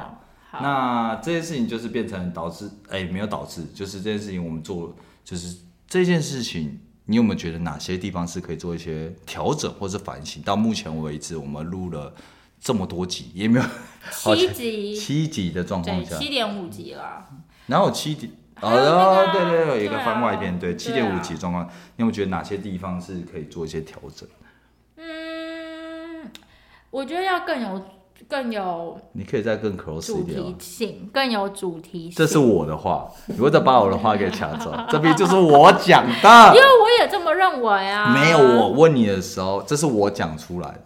S2: 好
S1: 那这件事情就是变成导致，哎、没有导致，就是这件事情我们做，就是这件事情，你有没有觉得哪些地方是可以做一些调整或者反省？到目前为止，我们录了这么多集，也没有好
S2: 七集，
S1: 七集的状况
S2: 对，
S1: 下，
S2: 七点五集了。
S1: 然后七点，
S2: 还有那个啊
S1: 哦，对对对，有一个
S2: 对啊
S1: 番外篇，对，七
S2: 对
S1: 点
S2: 啊
S1: 五级状况，你有没有觉得哪些地方是可以做一些调整？
S2: 嗯，我觉得要更有更有
S1: 你可以再更 close
S2: 主
S1: 一点吗
S2: 题？性，更有主题性。
S1: 这是我的话，你会再把我的话给抢走，这边就是我讲的
S2: 因。为我也这么认为啊。
S1: 没有，我问你的时候，这是我讲出来的。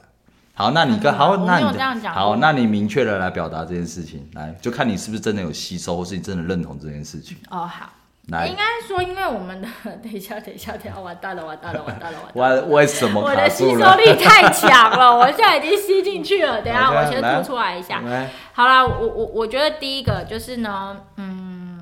S1: 好，那你跟
S2: 嗯
S1: 好，
S2: 我没
S1: 那
S2: 有
S1: 你
S2: 这样
S1: 的
S2: 讲
S1: 好，
S2: 过
S1: 那你明确的来表达这件事情，来，就看你是不是真的有吸收，或是你真的认同这件事情。
S2: 哦，好，
S1: 来
S2: 应，该说，因为我们的 [laughs] 等一下，等一下，等一下，完蛋了，完蛋了，完蛋了，完蛋了。
S1: 我为什么
S2: 我
S1: 卡
S2: 的吸
S1: 住
S2: 收
S1: 了？
S2: 力太强了，我现在已经吸进去了。等一下
S1: 好的
S2: 我先
S1: 来
S2: 吐出来一下。
S1: 来
S2: 好啦，我我我觉得第一个就是呢，嗯，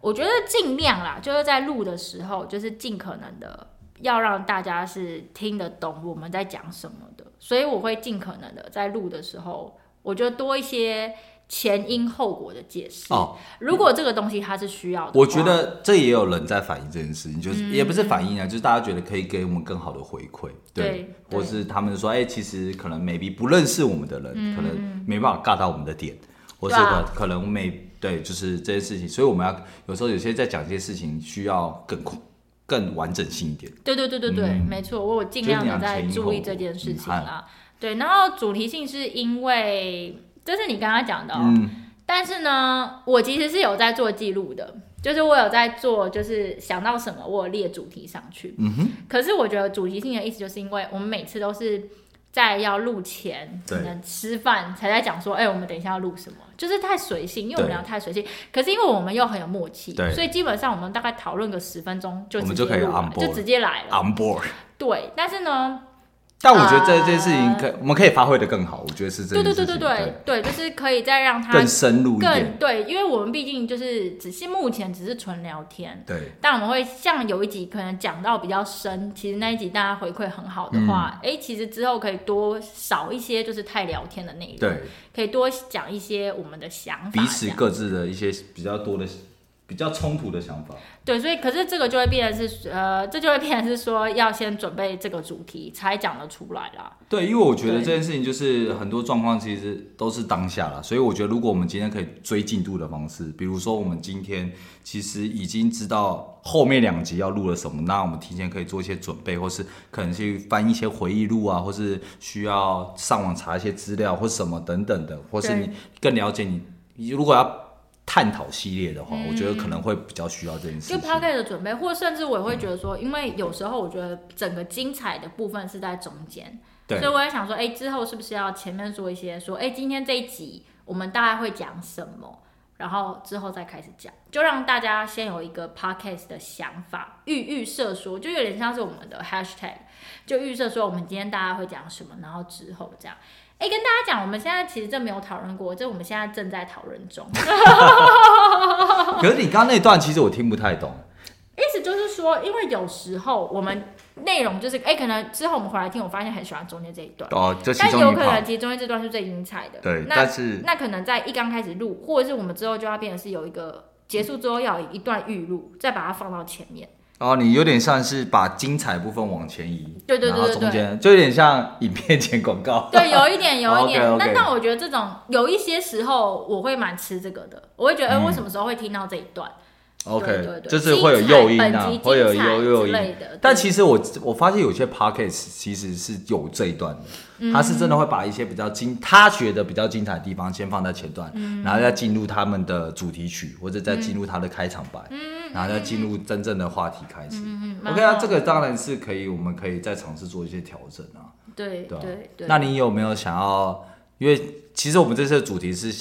S2: 我觉得尽量啦，就是在录的时候，就是尽可能的要让大家是听得懂我们在讲什么的，所以我会尽可能的在录的时候，我觉得多一些前因后果的解释。
S1: 哦，
S2: 如果这个东西它是需要的话，
S1: 我觉得这也有人在反映这件事情，就是、也不是反映啊，就是大家觉得可以给我们更好的回馈，
S2: 对对
S1: 或是他们说，哎、其实可能 maybe 不认识我们的人，可能没办法尬到我们的点，或是
S2: 嗯对
S1: 可、
S2: 啊
S1: 可能没对，就是这件事情，所以我们要有时候有些在讲这些事情需要更快更完整性一点，
S2: 对对对对对，
S1: 嗯
S2: 没错，我有尽量的在注意这件事情啦。对，然后主题性是因为这是你刚刚讲的、哦，
S1: 嗯，
S2: 但是呢，我其实是有在做记录的，就是我有在做，就是想到什么我有列主题上去。
S1: 嗯哼，
S2: 可是我觉得主题性的意思，就是因为我们每次都是。在要录前，可
S1: 对
S2: 能吃饭才在讲说，哎、我们等一下要录什么，就是太随性，因为我们
S1: 对
S2: 俩太随性。可是因为我们又很有默契，
S1: 对
S2: 所以基本上我们大概讨论个十分钟就
S1: 我
S2: 直
S1: 们
S2: 接
S1: 就可以
S2: 录了
S1: on board
S2: 就直接来了。
S1: on board，
S2: 对，但是呢，
S1: 但我觉得这
S2: 啊
S1: 件事情可、我们可以发挥的更好，我觉得是这
S2: 对
S1: 件
S2: 对
S1: 事情
S2: 对对对对，就是可以再让他
S1: 更深入一点，
S2: 更对，因为我们毕竟就是只是目前只是纯聊天，
S1: 对，
S2: 但我们会像有一集可能讲到比较深，其实那一集大家回馈很好的话，
S1: 嗯
S2: 哎、其实之后可以多少一些就是太聊天的内容，
S1: 对。
S2: 可以多讲一些我们的想法，
S1: 彼此
S2: 这样
S1: 各自的一些比较多的、比较冲突的想法。
S2: 对，所以可是这个就会变成是呃，这就会变成是说要先准备这个主题才讲得出来啦。
S1: 对，因为我觉得
S2: 对
S1: 这件事情就是很多状况其实都是当下啦，所以我觉得如果我们今天可以追进度的方式，比如说我们今天其实已经知道后面两集要录了什么，那我们提前可以做一些准备，或是可能去翻一些回忆录啊，或是需要上网查一些资料或什么等等的，或是
S2: 对
S1: 你更了解你，你如果要探讨系列的话，我觉得可能会比较需要这件事
S2: 嗯
S1: 情。
S2: 就 p o c a s t 的准备，或甚至我也会觉得说，因为有时候我觉得整个精彩的部分是在中间，
S1: 对
S2: 所以我也想说，哎、之后是不是要前面说一些说，哎、今天这一集我们大概会讲什么，然后之后再开始讲，就让大家先有一个 podcast 的想法，预预设说，就有点像是我们的 hashtag，就预设说我们今天大家会讲什么，然后之后这样。哎、哎、跟大家讲，我们现在其实这没有讨论过，这我们现在正在讨论中。
S1: 可是你刚刚那段其实我听不太懂，
S2: 意思就是说，因为有时候我们内容就是，哎、可能之后我们回来听，我发现很喜欢中间这一段，
S1: 哦，这其
S2: 但
S1: 中
S2: 有
S1: 一
S2: 可能
S1: part，
S2: 其实中间这段是最精彩的。
S1: 对，
S2: 那
S1: 但是
S2: 那可能在一刚开始录，或者是我们之后就要变成是有一个结束之后要有一段预录，再把它放到前
S1: [laughs]
S2: 面。
S1: 哦，你有点像是把精彩部分往前移，
S2: 对对对
S1: 然后
S2: 对
S1: 中
S2: 对
S1: 间就有点像影片前广告，
S2: 对，有一点，有一点。
S1: 哦 OK，OK
S2: 但但我觉得这种有一些时候我会蛮吃这个的，我会觉得，哎、我什么时候会听到这一段？
S1: 嗯
S2: 对对
S1: OK，
S2: 对
S1: 就是会有诱因啊
S2: 精彩本集精，彩
S1: 会有诱诱
S2: 之类
S1: 因
S2: 的对。
S1: 但其实我我发现有些 podcast 其实是有这一段
S2: 嗯
S1: 的，他是真的会把一些比较精，他觉得比较精彩的地方先放在前段，
S2: 嗯
S1: 然后再进入他们的主题曲，或者再进入他的开场白，
S2: 嗯
S1: 然后再进入真正的话题开始。
S2: 蛮
S1: OK 啊，
S2: 好
S1: 这个当然是可以，我们可以再尝试做一些调整啊。
S2: 对
S1: 对啊
S2: 对对。
S1: 那你有没有想要？因为其实我们这次的主题是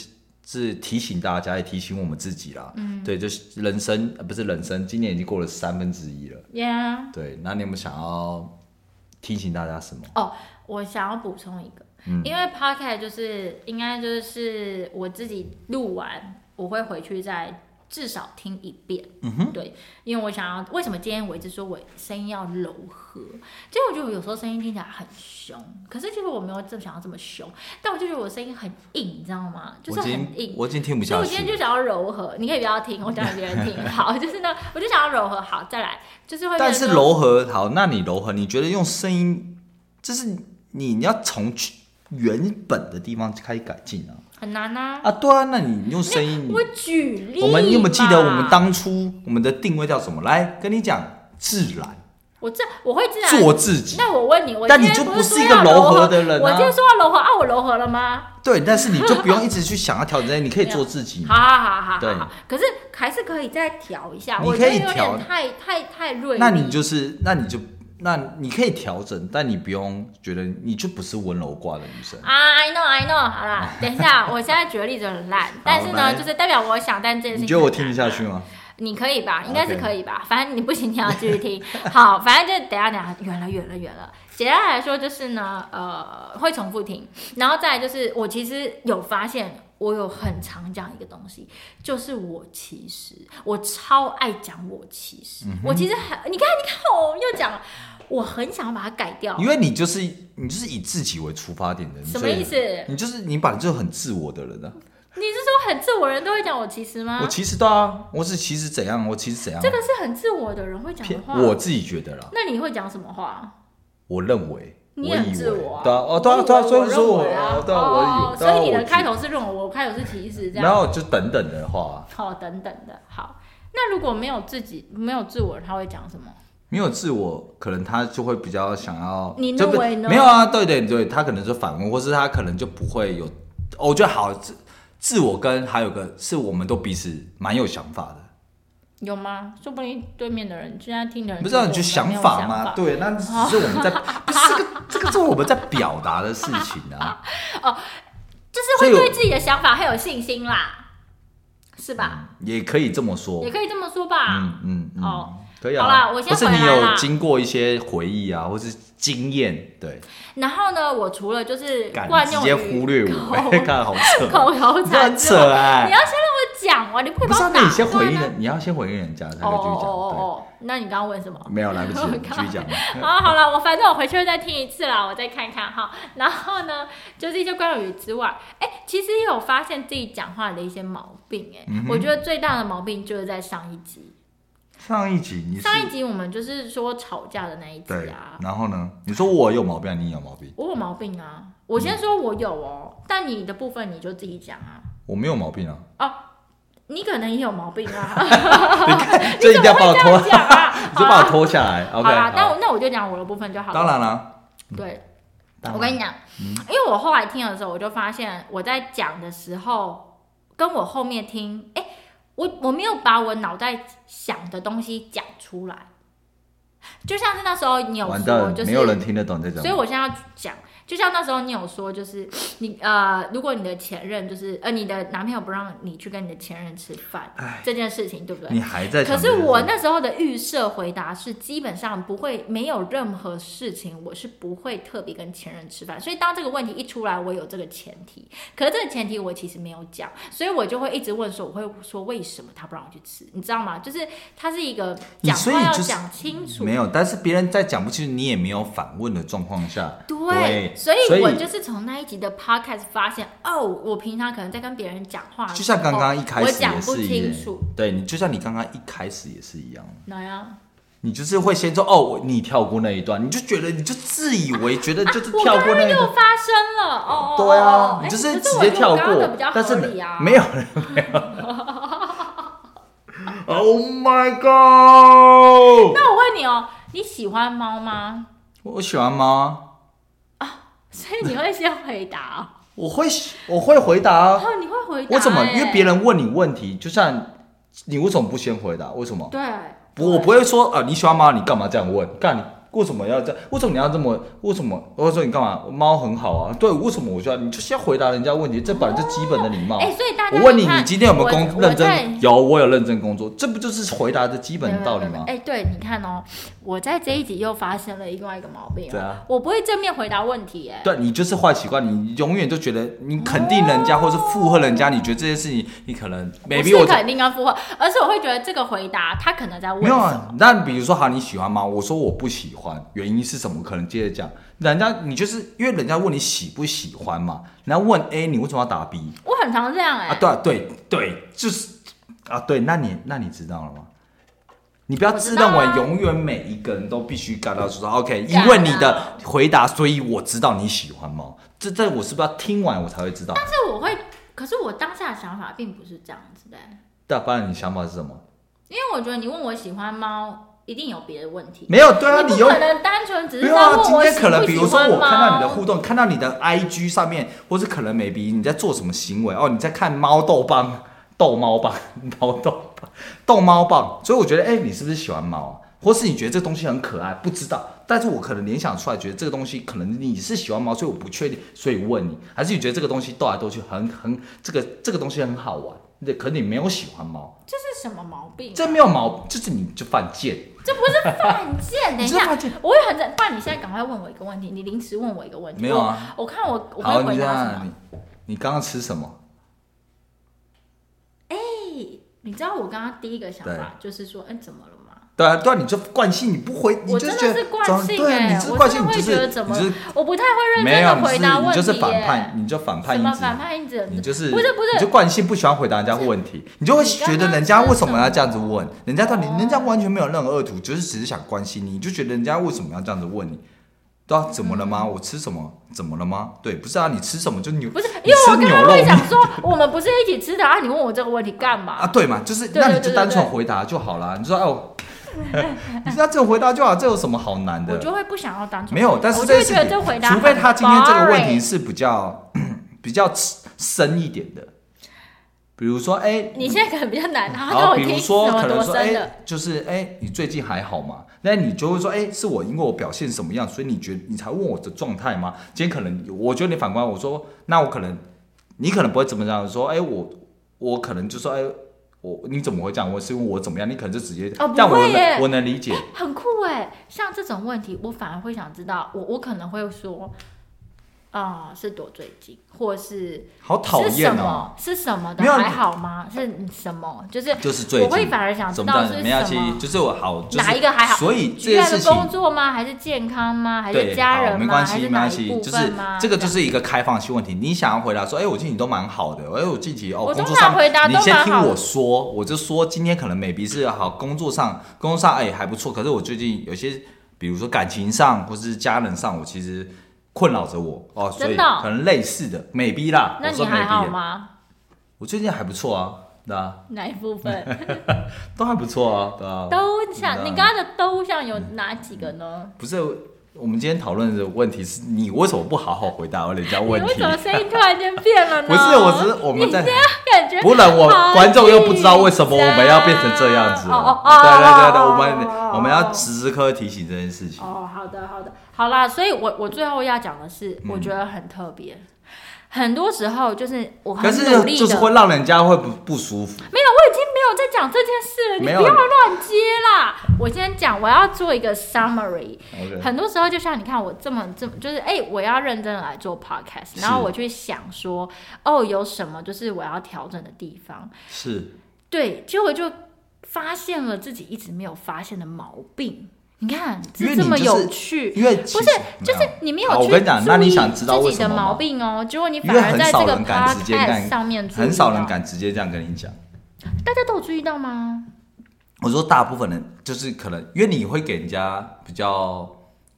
S1: 是提醒大家，也提醒我们自己啦。嗯，对，就是人生呃不是人生，今年已经过了三分之一了。
S2: Yeah，
S1: 对，那你有没有想要提醒大家什么？
S2: 哦，我想要补充一个，
S1: 嗯
S2: 因为 podcast 就是应该就是我自己录完，我会回去再至少听一遍。嗯哼，对，因为我想要为什么今天我一直说我声音要柔和，其实我觉得我有时候声音听起来很凶，可是其实我没有这么想要这么凶，但我就觉得我声音很硬，你知道吗？就是
S1: 我已
S2: 很
S1: 经
S2: 硬。
S1: 我已经听不
S2: 所以
S1: 下
S2: 我今天
S1: 去
S2: 就
S1: 了。
S2: 想要柔和，你可以不要听，我讲给别人听。
S1: [laughs]
S2: 好，就是呢，我就想要柔和。好，再来，就是会变
S1: 但
S2: 成
S1: 是
S2: 说
S1: 柔和好，那你柔和，你觉得用声音，就是你你要从去原本的地方开始改进啊
S2: 很难啊。
S1: 啊，对啊，那你用声音，你
S2: [laughs] 我举例嘛，
S1: 我们你有没有记得我们当初我们的定位叫什么？来跟你讲，自然。
S2: 我这我会自然
S1: 做自己。
S2: 那我问你，我
S1: 但
S2: 今
S1: 你
S2: 天
S1: 就
S2: 不
S1: 不
S2: 是
S1: 是
S2: 说
S1: 一个
S2: 要
S1: 柔
S2: 柔
S1: 和的人啊
S2: 我今天说要柔和啊，我柔和了吗？
S1: 对，但是你就不用一直去想要调整，你可以做自己
S2: 好。好好好好
S1: 对
S2: 好，可是还是可以再调一下，
S1: 你
S2: 我觉得
S1: 可以
S2: 有
S1: 调
S2: 点太太太锐利。
S1: 那你就是，那你就，那你可以调整，但你不用觉得你就不是温柔挂的女生。
S2: 啊，I know I know，好啦，等一下，我现在举的例子
S1: [laughs]
S2: 很烂，但是呢，
S1: 来
S2: 就是代表我想，但这件事情
S1: 你觉得我
S2: 很
S1: 听得
S2: 难
S1: 下去吗？
S2: 你可以
S1: 啊
S2: 吧，应该是
S1: OK
S2: 可以吧反正你不行，你要继续听。 [laughs] 好，反正就等一下等一下，远了远了远了。简单来说就是呢，呃，会重复听，然后再来就是我其实有发现，我有很常讲一个东西，就是我其实我超爱讲我其实，
S1: 嗯
S2: 我其实很，你看你看我又讲了，我很想要把它改掉
S1: 因，为你就是你就是以自己为出发点的，
S2: 什么意思
S1: 所以？你就是你本来就是很自我的人啊。
S2: 你是说很自我的人都会讲我其实吗
S1: 我？其实对啊，我是其实怎样，我其实怎样
S2: 这。个是很自我的人会讲的
S1: 偏
S2: 话，
S1: 我自己觉得啦，
S2: 那你会讲什么话？
S1: 我认为，
S2: 你
S1: 我
S2: 很
S1: 以
S2: 自
S1: 为
S2: 我啊，
S1: 对啊，哦对啊对啊，所以说我，
S2: 认为啊
S1: 哦对啊，我
S2: 哦
S1: 以，对啊
S2: 所以你的
S1: 我
S2: 开头是认为我开头是歧视这
S1: 然
S2: 样，
S1: 后就等等的话，
S2: 好等等的，好。那如果没有自己没有自我，他会讲什么？
S1: 没有自我，可能他就会比较想要，
S2: 你
S1: 就不
S2: 认为呢
S1: 没有啊，对对对，他可能就反问，或是他可能就不会有。哦我觉得好自自我跟还有个是我们都彼此蛮有想法的，
S2: 有吗？说不定对面的人现在听的人
S1: 不
S2: 就是觉
S1: 啊你
S2: 得我们没
S1: 就
S2: 有
S1: 想
S2: 想
S1: 法嘛？对，那只是我
S2: [laughs]
S1: 们在，不是这个这个是我们在表达的事情啊。
S2: 就是会
S1: 所以我
S2: 对自己的想法很有信心啦，是吧？
S1: 嗯也可以这么说
S2: 也，可以这么说吧。
S1: 嗯嗯嗯，
S2: 哦
S1: 可以啊。
S2: 好啦我先
S1: 或是
S2: 回
S1: 你
S2: 来啦
S1: 有经过一些回忆啊，或是经验，对，
S2: 然后呢，我除了就是
S1: 敢
S2: 惯
S1: 直
S2: 用
S1: 接
S2: 于
S1: 忽略我， [laughs] 看好扯，
S2: 口 [laughs] 头
S1: 这很
S2: 禅之
S1: 扯
S2: 后，
S1: 哎、
S2: 你要先让我讲完，你不可以
S1: 不
S2: 把
S1: 是、
S2: 我
S1: 啊，
S2: 打
S1: 那你先回
S2: 断
S1: 应
S2: 啊
S1: 人，你要先回应人家才可
S2: 哦
S1: 以继
S2: 哦
S1: 续
S2: 哦哦
S1: 讲。
S2: 哦，那你刚刚问什么 [laughs]
S1: 对，？没有来不及了，继续讲。
S2: 啊，好了，我反正我回去会再听一次啦，我再看看哈。 [laughs] 然后呢，就是一些关于之外，哎、其实也有发现自己讲话的一些毛病、哎、
S1: 嗯
S2: 我觉得最大的毛病就是在上一集，
S1: 上一集你是
S2: 上一集我们就是说吵架的那一集
S1: 对
S2: 啊，，
S1: 然后呢？你说我有毛病，你有毛病，
S2: 我有毛病啊，我先说我有哦，但你的部分你就自己讲啊，
S1: 我没有毛
S2: [laughs]
S1: 病啊。
S2: 你可能也有毛病啊， [laughs]
S1: 这一定要把我
S2: 这样
S1: 拖，
S2: 讲啊，
S1: [laughs] 你
S2: 好
S1: 就把我
S2: 啦，
S1: 拖下来。
S2: 好
S1: OK，
S2: 啦，那
S1: 好
S2: 我那我就讲我的部分就好了，
S1: 当然啦，
S2: 对，
S1: 当然嗯
S2: 我跟你讲，因为我后来听的时候，我就发现我在讲的时候，跟我后面听，哎、我我没有把我脑袋想的东西讲出来，就像是那时候你有
S1: 完
S2: 说，
S1: 蛋
S2: 就，是
S1: 没有人听得懂这种
S2: 所以。我现在要讲，就像那时候你有说，就是 [sniffs] 你呃，如果你的前任就是呃，你的男朋友不让你去跟你的前任吃饭
S1: 哎，
S2: 这件事情，对不对？
S1: 你还在
S2: 可
S1: 讲这
S2: 是
S1: 件事？
S2: 我那时候的预设回答是，基本上不会没有任何事情，我是不会特别跟前任吃饭。所以当这个问题一出来，我有这个前提，可是这个前提我其实没有讲，所以我就会一直问说，我会说为什么他不让我去吃，你知道吗？就是他是一个
S1: 你
S2: 讲
S1: 所以
S2: 话要
S1: 就是
S2: 讲清楚，
S1: 没有，但是别人在讲不清楚，你也没有反问的状况下，
S2: 对，
S1: 对，
S2: 所
S1: 所
S2: 以
S1: 以
S2: 我就是从那一集的 podcast 发现，哦，我平常可能在跟别人讲话的时候，
S1: 就像刚刚一开
S2: 我
S1: 始
S2: 讲
S1: 也
S2: 不
S1: 是一样
S2: 清楚，，
S1: 对你就像你刚刚一开始也是一样，
S2: 哪样？
S1: 你就是会先说哦，我你跳过那一段，你就觉得你就自以为觉得就是
S2: 我
S1: 跳
S2: 刚
S1: 过
S2: 刚
S1: 那一段
S2: [laughs] 又，发生了，哦哦，
S1: 对
S2: 哦
S1: 啊，
S2: 哎
S1: 你就
S2: 可
S1: 直接跳
S2: 我觉得
S1: 过
S2: 我刚刚的比较，
S1: 但是
S2: 合理啊，
S1: 没有
S2: [laughs]
S1: 人没有。Oh my god！
S2: 那我问你哦，你喜欢猫吗？
S1: 我喜欢吗？
S2: 所以你会先回答
S1: 我会我会回答
S2: 哦，
S1: 啊，
S2: 哦你会回答、欸
S1: 我怎么？因为别
S2: 人
S1: 人问你问题，就像你为什么不先回答？为什么？
S2: 对，
S1: 不，我不会说啊、呃你喜欢猫，你干嘛这样问？干你为什么要这样？为什么你要这么？为什么？我说你干嘛？猫很好啊，对，为什么我就要？你就先回答人家问题，这本来就基本的礼貌。
S2: 哎、所以大家
S1: 我问你，
S2: 看
S1: 你今天有没有工
S2: 我
S1: 认
S2: 我在
S1: 真？有，我有认真工作，这不就是回答的基
S2: 没
S1: 本
S2: 有没有
S1: 道理
S2: 没有
S1: 吗？
S2: 哎、对，你看哦，我在这一集又发现了另外一个毛病、哦。
S1: 对啊，
S2: 我不会正面回答问题、哎，
S1: 对，你就是坏习惯，你永远就觉得你肯定人家，或者是附和人家，你觉得这件事情，你可能
S2: 不
S1: maybe
S2: 哦是
S1: 我
S2: 肯定跟附和，而是我会觉得这个回答他可能在问
S1: 没
S2: 什
S1: 有
S2: 么。
S1: 啊。那比如说，好，你喜欢吗？我说我不喜欢，原因是什么？可能接着讲，人家你就是因为人家问你喜不喜欢嘛，人家问 A，你为什么要打 B
S2: 我很常这样哎、
S1: 啊？对啊，对对，就是啊，对，那你那你知道了吗？你不要
S2: 我知
S1: 自
S2: 道
S1: 认为
S2: 啊
S1: 永远每一个人都必须感到说 OK，
S2: 当
S1: 因为
S2: 然
S1: 你
S2: 啊
S1: 的回答，所以我知道你喜欢猫。这这我是不是要听完我才会知道？
S2: 但是我会，可是我当下的想法并不是这样子的、
S1: 大啊不然你想法是什么？
S2: 因为我觉得你问我喜欢猫，一定有别的问题。
S1: 没有，对啊，你
S2: 你不
S1: 永
S2: 可能单纯只
S1: 没
S2: 是
S1: 有
S2: 在问
S1: 啊，
S2: 我
S1: 今天
S2: 喜
S1: 可能
S2: 不
S1: 比
S2: 喜
S1: 如说
S2: 欢
S1: 我看到你的
S2: 猫
S1: 互动，看到你的 IG 上面，或是可能 maybe 你在做什么行为哦，你在看猫豆帮、逗猫棒、猫豆棒、逗猫棒，所以我觉得，哎、你是不是喜欢猫啊？或是你觉得这东西很可爱？不知道，但是我可能联想出来，觉得这个东西可能你是喜欢猫，所以我不确定，所以问你，还是你觉得这个东西斗来斗去很很这个这个东西很好玩，那可你没有喜欢猫，
S2: 这是什么毛病、啊？
S1: 这没有毛，就是你就犯贱。
S2: 这不是犯贱，等一
S1: 你是
S2: 下
S1: 犯贱，
S2: 我也很在。不然你现在赶快问我一个问题，你临时问我一个问题，
S1: 没有啊
S2: 我？我看我我
S1: 好，
S2: 会
S1: 你
S2: 回
S1: 这
S2: 答
S1: 样
S2: 什么？
S1: 你你刚刚吃什么？
S2: 哎你知道我刚刚第一个想法就是说，哎，怎么了吗？
S1: 对啊，对啊，你这惯性你不回，你
S2: 我
S1: 就
S2: 真
S1: 觉
S2: 的
S1: 得
S2: 是惯性
S1: 对，啊
S2: 哎、
S1: 你这
S2: 我
S1: 惯
S2: 真
S1: 性
S2: 的
S1: 你就
S2: 会觉
S1: 是
S2: 得怎
S1: 你
S2: 么
S1: 就是
S2: 了，我不太会认
S1: 没
S2: 真
S1: 有，
S2: 的
S1: 你
S2: 回
S1: 是
S2: 答问
S1: 你
S2: 题、耶欸
S1: 就是反叛，你就反叛
S2: 什
S1: 一
S2: 么
S1: 直，
S2: 反叛一直，
S1: 你就是
S2: 不是不
S1: 你
S2: 是
S1: 就，惯性不喜欢回答人家问题，你就会觉得人家为什么要这样子问，人家到底
S2: 哦
S1: 人家完全没有任何恶图，就是只是想关心你，你就觉得人家为什么要这样子问你？对啊，怎么了吗？我吃什么？怎么了吗？对，不是啊，你吃什么就牛，
S2: 嗯不是，
S1: 你
S2: 因为我
S1: 吃
S2: 刚
S1: 牛
S2: 刚
S1: 肉
S2: 会
S1: 面
S2: 想说，我们不是一起吃的啊？你问我这个问题干嘛？
S1: 啊，对嘛，就是
S2: 对
S1: 那
S2: 对
S1: 你
S2: 对
S1: 就
S2: 对
S1: 单纯
S2: 对
S1: 回答就好啦。你说哦， [laughs] 你知道这种回答就好，这有什么好难的？
S2: 我就会不想要当成
S1: 没有，但是
S2: 我就
S1: 这
S2: 会
S1: 是
S2: 觉得这回答很
S1: 除非他今天这个问题
S2: boring
S1: 是比较 [clears throat] 比较深一点的，比如说，哎、
S2: 你现在可能比较难，然后让
S1: 好，
S2: 我
S1: 比
S2: 听
S1: 如说
S2: 什么
S1: 可能
S2: 多
S1: 说，
S2: 深
S1: 哎、
S2: 的。
S1: 就是哎、你最近还好吗？那你就会说，哎、是我因为我表现什么样，所以你觉得你才问我的状态吗？今天可能，我觉得你反观我说，那我可能，你可能不会怎么样说，哎、我我可能就说，哎、我你怎么会这样问？是因为我怎么样？你可能就直接，
S2: 哦不
S1: 但我
S2: 会耶
S1: 能我能理解，
S2: 很酷哎、像这种问题，我反而会想知道，我我可能会说，啊、是多最近，或是
S1: 好讨
S2: 是什
S1: 厌哦。
S2: 么是什么的，
S1: 没有
S2: 还好吗？是什么？就是
S1: 就是最近，
S2: 我会反而想知
S1: 怎
S2: 道
S1: 么
S2: 是
S1: 没关
S2: 什
S1: 系
S2: 么，
S1: 就是我好，就是、
S2: 哪一个还好
S1: 所以这
S2: 需
S1: 件
S2: 要
S1: 事
S2: 的
S1: 情
S2: 工作吗？还是健康吗？还是
S1: 对，
S2: 家
S1: 好，
S2: 人
S1: 没
S2: 吗？
S1: 关
S2: 还
S1: 系，
S2: 是
S1: 没
S2: 哪
S1: 关
S2: 一
S1: 系，
S2: 部
S1: 就是
S2: 分吗？
S1: 这个就是一个开放性问题。你想要回答说，哎、我近期都蛮好的，哎、我近期哦，
S2: 我
S1: 工
S2: 通
S1: 作
S2: 常
S1: 上，
S2: 回答都
S1: 你先
S2: 蛮
S1: 听
S2: 好
S1: 我
S2: 的
S1: 说，我就说今天可能 maybe 是好，工作上，工作上哎、还不错，可是我最近有些，比如说感情上或是家人上，我其实困扰着我哦，所以
S2: 真的哦
S1: 可能类似的 maybe 啦，
S2: 那
S1: 我
S2: 你
S1: 说 maybe，
S2: 还好
S1: 了
S2: 吗？
S1: 我最近还不错啊，对啊，
S2: 哪一
S1: [laughs]
S2: 部分
S1: 都还不错啊，对啊，
S2: 都
S1: 嗯
S2: 像你刚刚的都像有哪几个呢？
S1: 不是我们今天讨论的问题是你为什么不好好回答人家
S2: 你
S1: 问
S2: 为
S1: 题
S2: 什？么声音突然间变了呢？
S1: 不是，我只是我们在
S2: 你这样感觉
S1: 不然我
S2: 好
S1: 观众又不知道为什么我们要变成这样子。
S2: 紧张哦哦哦
S1: 对对对对，
S2: 哦
S1: 我们
S2: 哦
S1: 我们要时时刻刻提醒这件事情。
S2: 哦，好的，好的，好啦。所以我我最后要讲的是，我
S1: 嗯
S2: 觉得很特别。很多时候就是我很
S1: 可是
S2: 努力的，
S1: 就是会让人家会不不舒服。
S2: 没有，我已经没有在讲这件事了，你
S1: 没有啊
S2: 不要乱接啦。我先讲，我要做一个 summary。
S1: OK，
S2: 很多时候，就像你看我这么这么，就是哎、我要认真的来做 podcast，
S1: 是
S2: 然后我去想说，哦，有什么就是我要调整的地方。
S1: 是
S2: 对，结果就发现了自己一直没有发现的毛病。你看，
S1: 因为
S2: 这
S1: 你
S2: 么
S1: 就是
S2: 有趣，
S1: 因为
S2: 不
S1: 不
S2: 是就是你没有
S1: 好
S2: 去
S1: 我跟你讲那你想知道
S2: 注意
S1: 为
S2: 自己
S1: 什么
S2: 的
S1: 吗
S2: 毛病哦，结果你
S1: 因
S2: 反
S1: 为
S2: 而
S1: 很
S2: 在这
S1: 少
S2: 个
S1: 人敢直接
S2: podcast
S1: 干
S2: 上面注意
S1: 很少人
S2: 到，
S1: 敢直接这样跟你讲。
S2: 大家都有注意到吗？
S1: 我说大部分人就是可能，因为你会给人家比较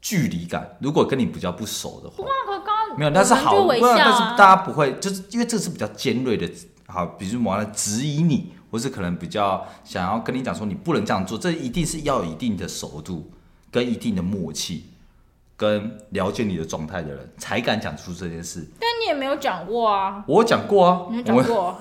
S1: 距离感，如果跟你比较不熟的话，
S2: 那刚刚
S1: 没有，但是好，
S2: 我们
S1: 不
S2: 就微
S1: 然
S2: 笑
S1: 但是
S2: 啊
S1: 大家不会，就是因为这是比较尖锐的，好，比如完了质疑你，或是可能比较想要跟你讲说你不能这样做，这一定是要有一定的熟度跟一定的默契。跟了解你的状态的人才敢讲出这件事，
S2: 但你也没有讲过啊，
S1: 我有讲过啊，
S2: 你有
S1: 我
S2: 讲过，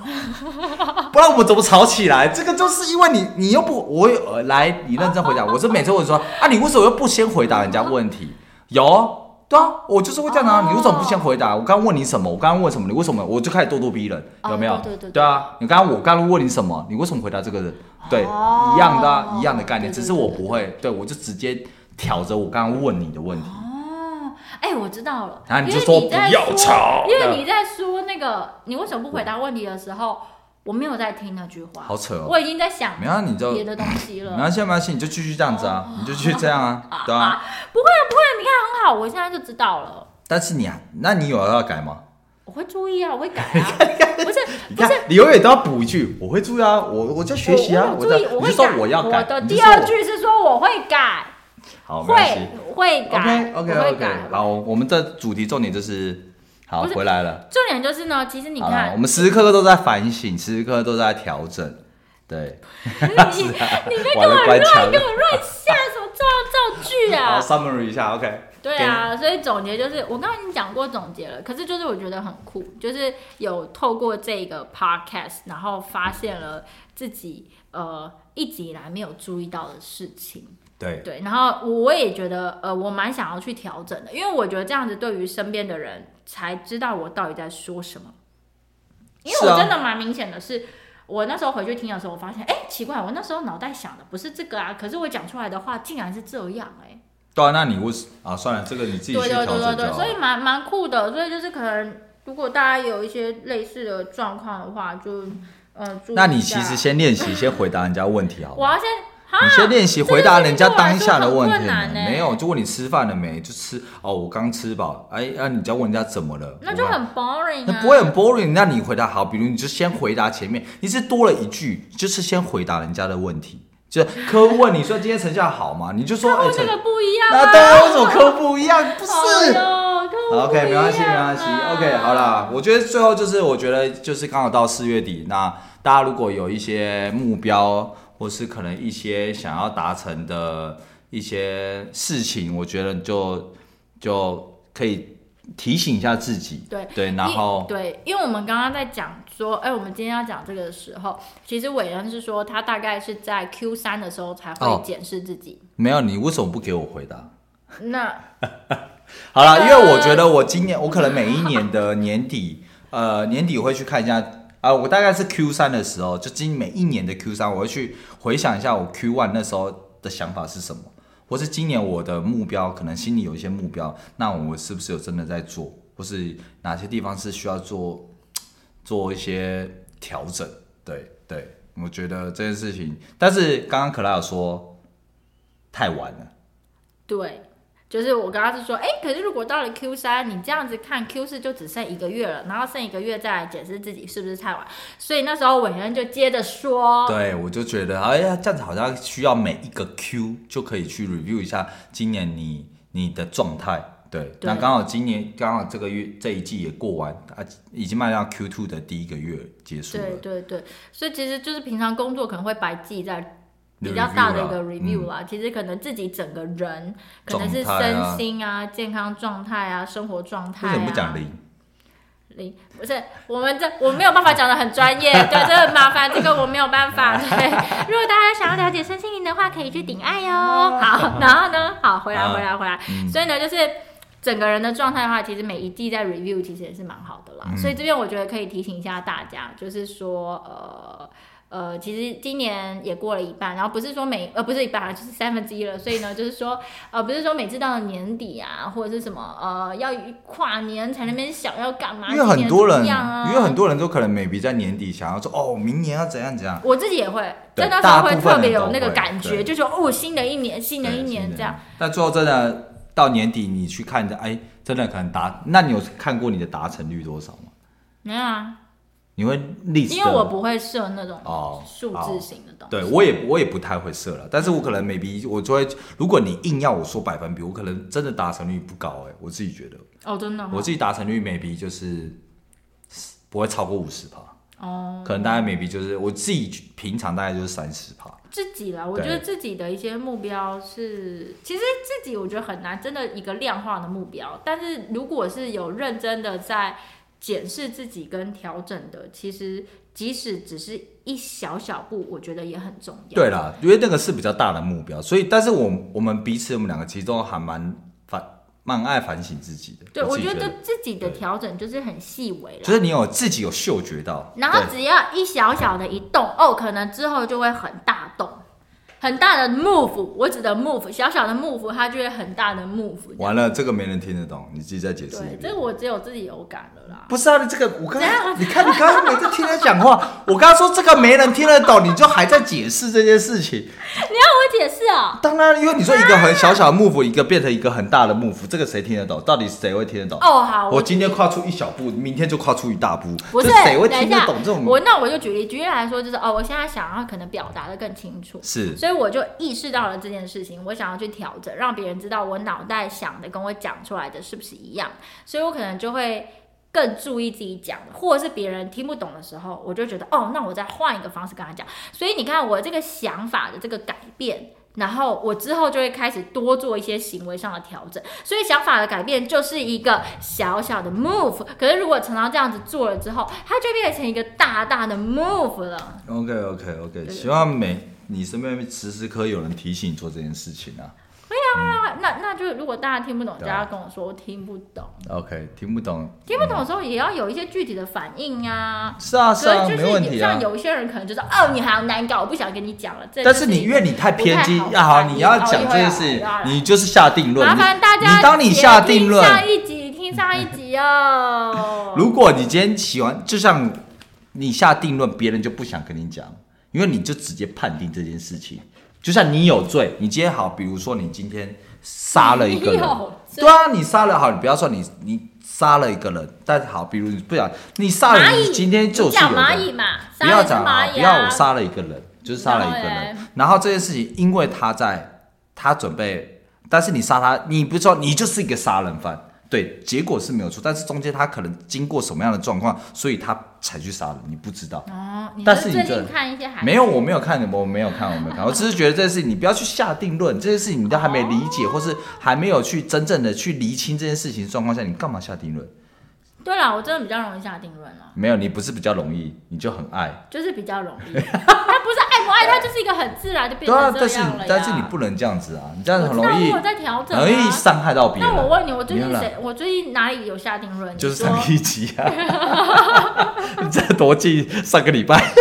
S1: 不然我们怎么吵起来？这个就是因为你，你又不，我有呃来，你认真回答。我是每次问说啊，你为什么又不先回答人家问题？有，对啊，我就是会这样啊。
S2: 哦
S1: 你为什么不先回答？我刚问你什么？我刚问什么？你为什么？我就开始咄咄逼人，
S2: 哦
S1: 有没有？
S2: 对对对对
S1: 啊，你刚刚我刚问你什么？你为什么回答这个人？对，
S2: 哦
S1: 一样的啊、一样的概念，
S2: 对对
S1: 只是我不会，对我就直接挑着我刚刚问你的问题，
S2: 哦，哎，我知道了，
S1: 然后
S2: 因
S1: 啊你
S2: 为
S1: 就说
S2: 你
S1: 不
S2: 在
S1: 要吵，
S2: 因为
S1: 对
S2: 你在说那个你为什么不回答问题的时候，我没有在听那句话，
S1: 好扯哦。
S2: 我已经在想
S1: 没有啊，你就
S2: 别的东西了
S1: 没。啊关系，没关系，你就继续这样子啊，你就继续这样啊，对啊。
S2: 很好，我现在就知道了，
S1: 但是你啊，那你有要改吗？
S2: 我会注意啊，我会改
S1: [laughs]
S2: 啊，不是
S1: 你
S2: 不
S1: 看
S2: 是。，
S1: 你永远都要补一句，我会注意啊，我我在学习啊，我
S2: 我我有
S1: 在
S2: 注意，，我
S1: 你
S2: 会
S1: 就说
S2: 改
S1: 我要
S2: 我
S1: 改，
S2: 的
S1: 你就
S2: 第
S1: 说
S2: 二
S1: 我，
S2: 句是说我会改，
S1: 好，没关系
S2: 会会改
S1: OK
S2: 我
S1: OK
S2: 会改
S1: OK，。好，我们的主题重点就是，好
S2: 不是
S1: 回来了，
S2: 重点就是呢，其实你
S1: 好了，我
S2: 看，
S1: 们时时刻刻都在反省，时时刻刻都在调整，对，
S2: 你你在
S1: 完
S2: 跟我
S1: 了关
S2: 乱
S1: 枪
S2: 跟，我乱下什么造造句
S1: 好
S2: 啊？
S1: ，summary 一下，OK，
S2: [laughs] 对啊，所以总结就是我刚刚已经讲过总结了，可是就是我觉得很酷，就是有透过这个 podcast，然后发现了自己呃一直以来没有注意到的事情。
S1: 对，
S2: 对，然后我也觉得，呃，我蛮想要去调整的，因为我觉得这样子对于身边的人才知道我到底在说什么。因为
S1: 是啊
S2: 我真的蛮明显的是，我那时候回去听的时候，我发现，哎、奇怪，我那时候脑袋想的不是这个啊，可是我讲出来的话竟然是这样、哎，
S1: 对啊，那你为什啊？算了，这个你自己去
S2: 对
S1: 调
S2: 对
S1: 整
S2: 对对
S1: 就
S2: 对，
S1: 好
S2: 所以
S1: 了。
S2: 蛮蛮酷的，所以就是可能如果大家有一些类似的状况的话，就呃，注意
S1: 那你
S2: 一
S1: 其实嗯
S2: 下
S1: 先练习，先回答人家问题好不好
S2: 我要先哈
S1: 你先练习回答人家当下的问
S2: 这
S1: 题
S2: 个对我来说很困难欸
S1: 没有，就问你吃饭了没？就吃哦，我刚吃饱。哎，啊，你再问人家怎么了？
S2: 那就
S1: 我
S2: 很 boring
S1: 那
S2: 啊，
S1: 不会很 boring。那你回答好，比如你就先回答前面，你是多了一句，就是先回答人家的问题。就客户问你说今天成效好吗？你就说哎成
S2: 这，个不一样
S1: 那
S2: 啊，
S1: 当然为什么客户不一样？不是。
S2: 哎呦跟我
S1: 好 OK，
S2: 不
S1: 没
S2: 一
S1: 关系，
S2: 样
S1: 没
S2: 啊
S1: 关系。OK，好啦，我觉得最后就是，我觉得就是刚好到四月底，那大家如果有一些目标，或是可能一些想要达成的一些事情，我觉得就就可以提醒一下自己。
S2: 对
S1: 对，然
S2: 因
S1: 后
S2: 对，因为我们刚刚在讲说，哎、我们今天要讲这个的时候，其实伟恩是说他大概是在 Q 三的时候才
S1: 哦
S2: 会检视自己。
S1: 没有你为什么不给我回答？
S2: 那
S1: 好了，因为我觉得我今年我可能每一年的年底，呃，年底会去看一下。啊、我大概是 Q 三的时候，就今每一年的 Q 三，我会去回想一下我 Q one 那时候的想法是什么，或是今年我的目标，可能心里有一些目标，那我是不是有真的在做，或是哪些地方是需要做做一些调整？对对，我觉得这件事情，但是刚刚可拉有说太晚了。
S2: 对，就是我刚刚是说，哎、可是如果到了 Q 三，你这样子看 Q 四就只剩一个月了，然后剩一个月再来检视自己是不是太晚，所以那时候伟恩就接着说，
S1: 对，我就觉得，哎呀，这样子好像需要每一个 Q 就可以去 review 一下今年你你的状态。对，那刚好今年刚好这个月这一季也过完，啊，已经迈到 Q two 的第一个月结束了
S2: 对。对对，所以其实就是平常工作可能会白记在比较大的一个
S1: Review 嗯
S2: review 啦，其实可能自己整个人，可能是
S1: 状态啊
S2: 身心啊、健康状态啊、生活状
S1: 嗯
S2: 态
S1: 为
S2: 啊。
S1: 什么不讲零？
S2: 零不是我们这我没有办法讲的很专业，对，这很麻烦，这个我没有办法。对，如果大家想要了解身心灵的话，可以去顶爱哟。好，然后呢，好，回来
S1: 啊
S2: 回来回来，
S1: 哦嗯，
S2: 所以呢，就是整个人的状态的话，其实每一季在 review 其实也是蛮好的啦。
S1: 嗯
S2: 所以这边我觉得可以提醒一下大家，就是说呃。呃，其实今年也过了一半，然后不是说每呃不是一半啊，就是三分之一了。所以呢，就是说呃不是说每次到了年底啊，或者是什么呃要跨年才那边想要干嘛，
S1: 因为很多人，
S2: 啊今年怎么样啊、
S1: 因为很多人都可能 maybe 在年底想要说，哦，明年要怎样怎样，
S2: 我自己也会，
S1: 对
S2: 在那时候
S1: 大
S2: 会
S1: 部分
S2: 特
S1: 人都
S2: 别有
S1: 会
S2: 那个感觉，
S1: 对
S2: 就觉得哦新的一年，新的
S1: 对
S2: 一年这样。。
S1: 但最后真的到年底，你去看的，哎，真的可能达，那你有看过你的达成率多少吗？
S2: 没有啊，
S1: 你会历史
S2: 因为我不会设那种
S1: 哦
S2: 数
S1: 好
S2: 字型的东西。
S1: 对我也我也不太会设了，但是我可能 maybe 我就会，如果你硬要我说百分比，我可能真的达成率不高哎、我自己觉得，
S2: 哦，真的、哦，
S1: 我自己达成率 maybe 就是不会超过五十趴，
S2: 哦
S1: 可能大概 maybe 就是我自己平常大概就是三十趴，
S2: 自己啦，我
S1: 对
S2: 觉得自己的一些目标是，其实自己我觉得很难真的一个量化的目标，但是如果是有认真的在检视自己跟调整的，其实即使只是一小小步，我觉得也很重要。
S1: 对啦，因为那个是比较大的目标，所以但是我我们彼此我们两个其实都还蛮反蛮爱反省自己的，
S2: 对，
S1: 我
S2: 我
S1: 自己
S2: 觉
S1: 觉
S2: 得自己的调整就是很细微
S1: 就
S2: 了。
S1: 是你有自己有嗅觉到，
S2: 然后
S1: 对
S2: 只要一小小的一动，哦，可能之后就会很大动，很大的 move。我指的 move，小小的 move，它就会很大的 move 这样。
S1: 完了这个没人听得懂，你自己再解释一
S2: 对，
S1: 遍。
S2: 这个我只有自己有感了啦。
S1: 不是啊，你这个我刚才，你看你刚才没在听他讲话， [laughs] 我刚才说这个没人听得懂，你就还在解释这件事
S2: [laughs]
S1: 情。
S2: 你要我解释哦、
S1: 当然，因为你说一个很小小的幕府，一个变成一个很大的幕府，这个谁听得懂？到底谁会听得懂？
S2: 哦，好，
S1: 我今天跨出一小步，明天就跨出一大步，
S2: 不是
S1: 这谁会
S2: 等
S1: 听
S2: 一
S1: 得
S2: 下
S1: 懂这种？
S2: 我那我就举例，举例来说，就是哦，我现在想要可能表达的更清楚，
S1: 是
S2: 所以我就意识到了这件事情，我想要去调整，让别人知道我脑袋想的跟我讲出来的是不是一样，所以我可能就会。更注意自己讲的，或者是别人听不懂的时候，我就觉得哦，那我再换一个方式跟他讲。所以你看，我这个想法的这个改变，然后我之后就会开始多做一些行为上的调整。所以想法的改变就是一个小小的 move，可是如果常常这样子做了之后，它就变成一个大大的 move 了。
S1: OK OK OK，希望每你身边时时刻有人提醒你做这件事情啊。
S2: 那啊那那就如果大家听不懂，大
S1: 对啊
S2: 家跟我说我听不懂，
S1: OK，听不懂
S2: 听不懂的时候也要有一些具体的反应啊。
S1: 是啊是啊，
S2: 可
S1: 没问
S2: 就是
S1: 题啊
S2: 像。有一些人可能就说哦，你好难搞，我不想跟你讲了。这
S1: 但
S2: 就是
S1: 你因为你太偏激
S2: 不太好
S1: 啊，好，
S2: 看
S1: 你要讲这件
S2: 哦一
S1: 事
S2: 会儿啊，
S1: 你就是下定论。
S2: 麻
S1: 你
S2: 烦大家
S1: 你当你下
S2: 且听
S1: 定论，。
S2: 下一集听上一集哦
S1: 如果你今天喜欢，就像你下定论，别人就不想跟你讲，因为你就直接判定这件事情。就像你有罪，你今天好，比如说你今天杀了一个人
S2: 你有，罪
S1: 对啊，你杀了好，你不要说你你杀了一个人，但好，比如你不想你杀了
S2: 蚂
S1: 人，
S2: 蚁
S1: 你今天就是有
S2: 讲
S1: 人
S2: 蚂蚁嘛，
S1: 不要讲
S2: 讲
S1: 啊，不要我杀了一个人，就是杀了一个
S2: 然
S1: 人。然后这件事情，因为他在他准备，但是你杀他，你不知道你就是一个杀人犯，对，结果是没有错。但是中间他可能经过什么样的状况，所以他才去杀人，你不知道。
S2: 哦，你
S1: 但
S2: 是
S1: 是你
S2: 最
S1: 这
S2: 近看一些韩
S1: 没有，我没有看，我没有看，我没有看，我只是觉得这件事情你不要去下定论，这件事情你都还没理解，或是还没有去真正的去厘清这件事情的状况下，你干嘛下定论？
S2: 对啦，我真的比较容易下定论了，
S1: 没有，你不是比较容易，你就很爱。
S2: 就是比较容易。他不是爱不爱，他就是一个很自然就变
S1: 对啊
S2: 成，这
S1: 但是你
S2: 样了呀。
S1: 但是你不能这样子啊，你这样
S2: 我
S1: 子
S2: 知
S1: 很
S2: 道
S1: 容易
S2: 我有在调整、啊，
S1: 很容易伤害到别人。
S2: 那我问你，我最近
S1: 没有啦
S2: 谁？我最近哪里有下定论？
S1: 就是
S2: 你
S1: 上
S2: 说
S1: 一集啊，
S2: [laughs]
S1: 你这多近，上个礼拜 [laughs]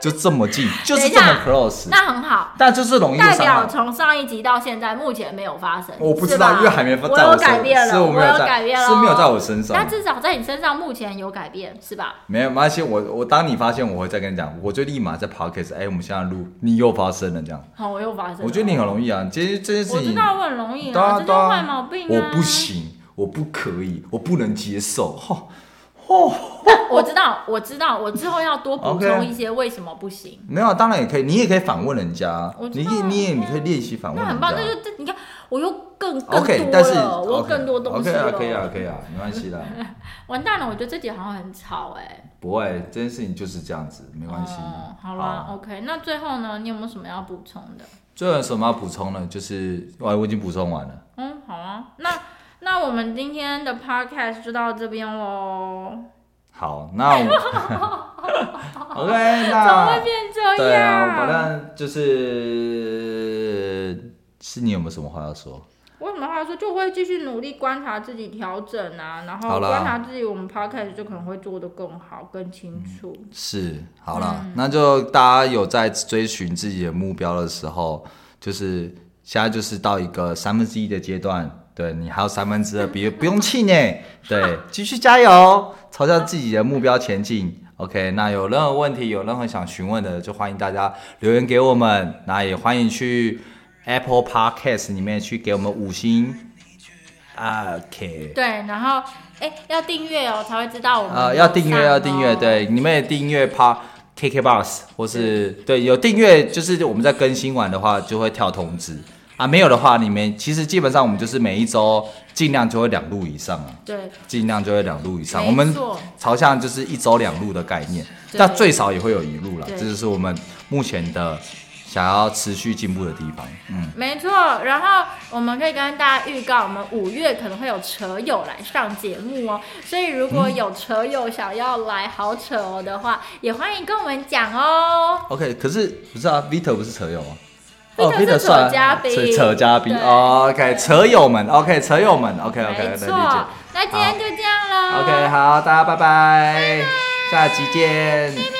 S1: 就这么近，就是这么
S2: 等
S1: close，
S2: 那
S1: [laughs]
S2: 很好，
S1: 但就是容易
S2: 代
S1: 伤
S2: 表
S1: 害。
S2: 从上一集到现在，目前没有发生。
S1: 我不知
S2: 是
S1: 道，
S2: 吧
S1: 因为还没在
S2: 我
S1: 我身
S2: 有改变了，
S1: 是我没有在，
S2: 改变了，
S1: 是没有在我身上
S2: 但。至少在你身上目前有改变，是吧？
S1: 没有，没关系，我我当你发现我会再跟你讲，我就立马在 podcast，哎，我们现在录，你又发生了这样，
S2: 好，我又发生了。哦
S1: 我觉得你很容易啊，其实这件
S2: 我
S1: 事
S2: 知
S1: 情，
S2: 道我很容易
S1: 对
S2: 啊，
S1: 啊
S2: 这
S1: 对
S2: 就是
S1: 啊，
S2: 坏毛病啊。
S1: 我不行，我不可以，我不能接受。 [laughs] 吼
S2: [laughs] 我知道，我知道，我之后要多补
S1: OK
S2: 充一些为什么不行。
S1: 没有啊，当然也可以，你也可以反问人家啊
S2: 我，知
S1: 你
S2: 道
S1: 可以，你也
S2: 对啊
S1: 你可以练习反问
S2: 那
S1: 人家
S2: 很棒，那
S1: 啊。
S2: 就这，你看我又更更更多了
S1: OK，但是
S2: 我有更多东西
S1: OK
S2: 了。
S1: 啊，可以啊，可以啊，没关系啦， [laughs]
S2: 完蛋了，我觉得这集好像很吵哎、欸。
S1: 不会，这件事情就是这样子，没关系。
S2: 哦好啦 o k 那最后呢，你有没有什么要补充的？
S1: 最后有什么要补充呢？就是，哇，我已经补充完了。
S2: 嗯，好啊。那那我们今天的 podcast 就到这边喽。
S1: 好，那我
S2: [laughs]
S1: OK，
S2: 怎么会
S1: 那
S2: 变这
S1: 对
S2: 样？
S1: 啊，反正就是，是你有没有什么话要说？
S2: 我有什么话说？就会继续努力观察自己调整啊，然后
S1: 好啦
S2: 观察自己，我们 podcast 就可能会做得更好、更清楚。
S1: 嗯是，好了，那就大家有在追寻自己的目标的时候，就是现在就是到一个三分之一的阶段，对你还有三分之二，别不用气馁，对，继续加油，朝向自己的目标前进。OK，那有任何问题，有任何想询问的，就欢迎大家留言给我们，那也欢迎去 Apple Podcast 里面去给我们五星。OK，啊
S2: 对，然后哎、要订阅哦，才会知道我们、哦
S1: 呃，要订阅，要订阅，。对，你们也订阅 p KK Box，或是对有订阅，就是我们在更新完的话就会跳通知啊，没有的话，你们其实基本上我们就是每一周尽量就会两录以上啊，
S2: 对，
S1: 尽量就会两录以上，
S2: 没
S1: 我们
S2: 错
S1: 朝向就是一周两录的概念，
S2: 对
S1: 但最少也会有一录啦，
S2: 对
S1: 这就是我们目前的想要持续进步的地方，嗯，
S2: 没错。然后我们可以跟大家预告，我们五月可能会有扯友来上节目哦，所以如果有扯友想要来好扯哦的话，也欢迎跟我们讲哦。
S1: OK，可是不是啊，Vito 不是扯友吗？哦
S2: Vito 是扯
S1: 算
S2: 嘉宾
S1: 扯扯嘉宾
S2: 对
S1: ，OK，扯友们，OK，扯友们，OK OK，
S2: 没
S1: 能理
S2: 错
S1: 解。，
S2: 那今天就这样了。
S1: OK，好，大家拜拜，下集见，
S2: 拜拜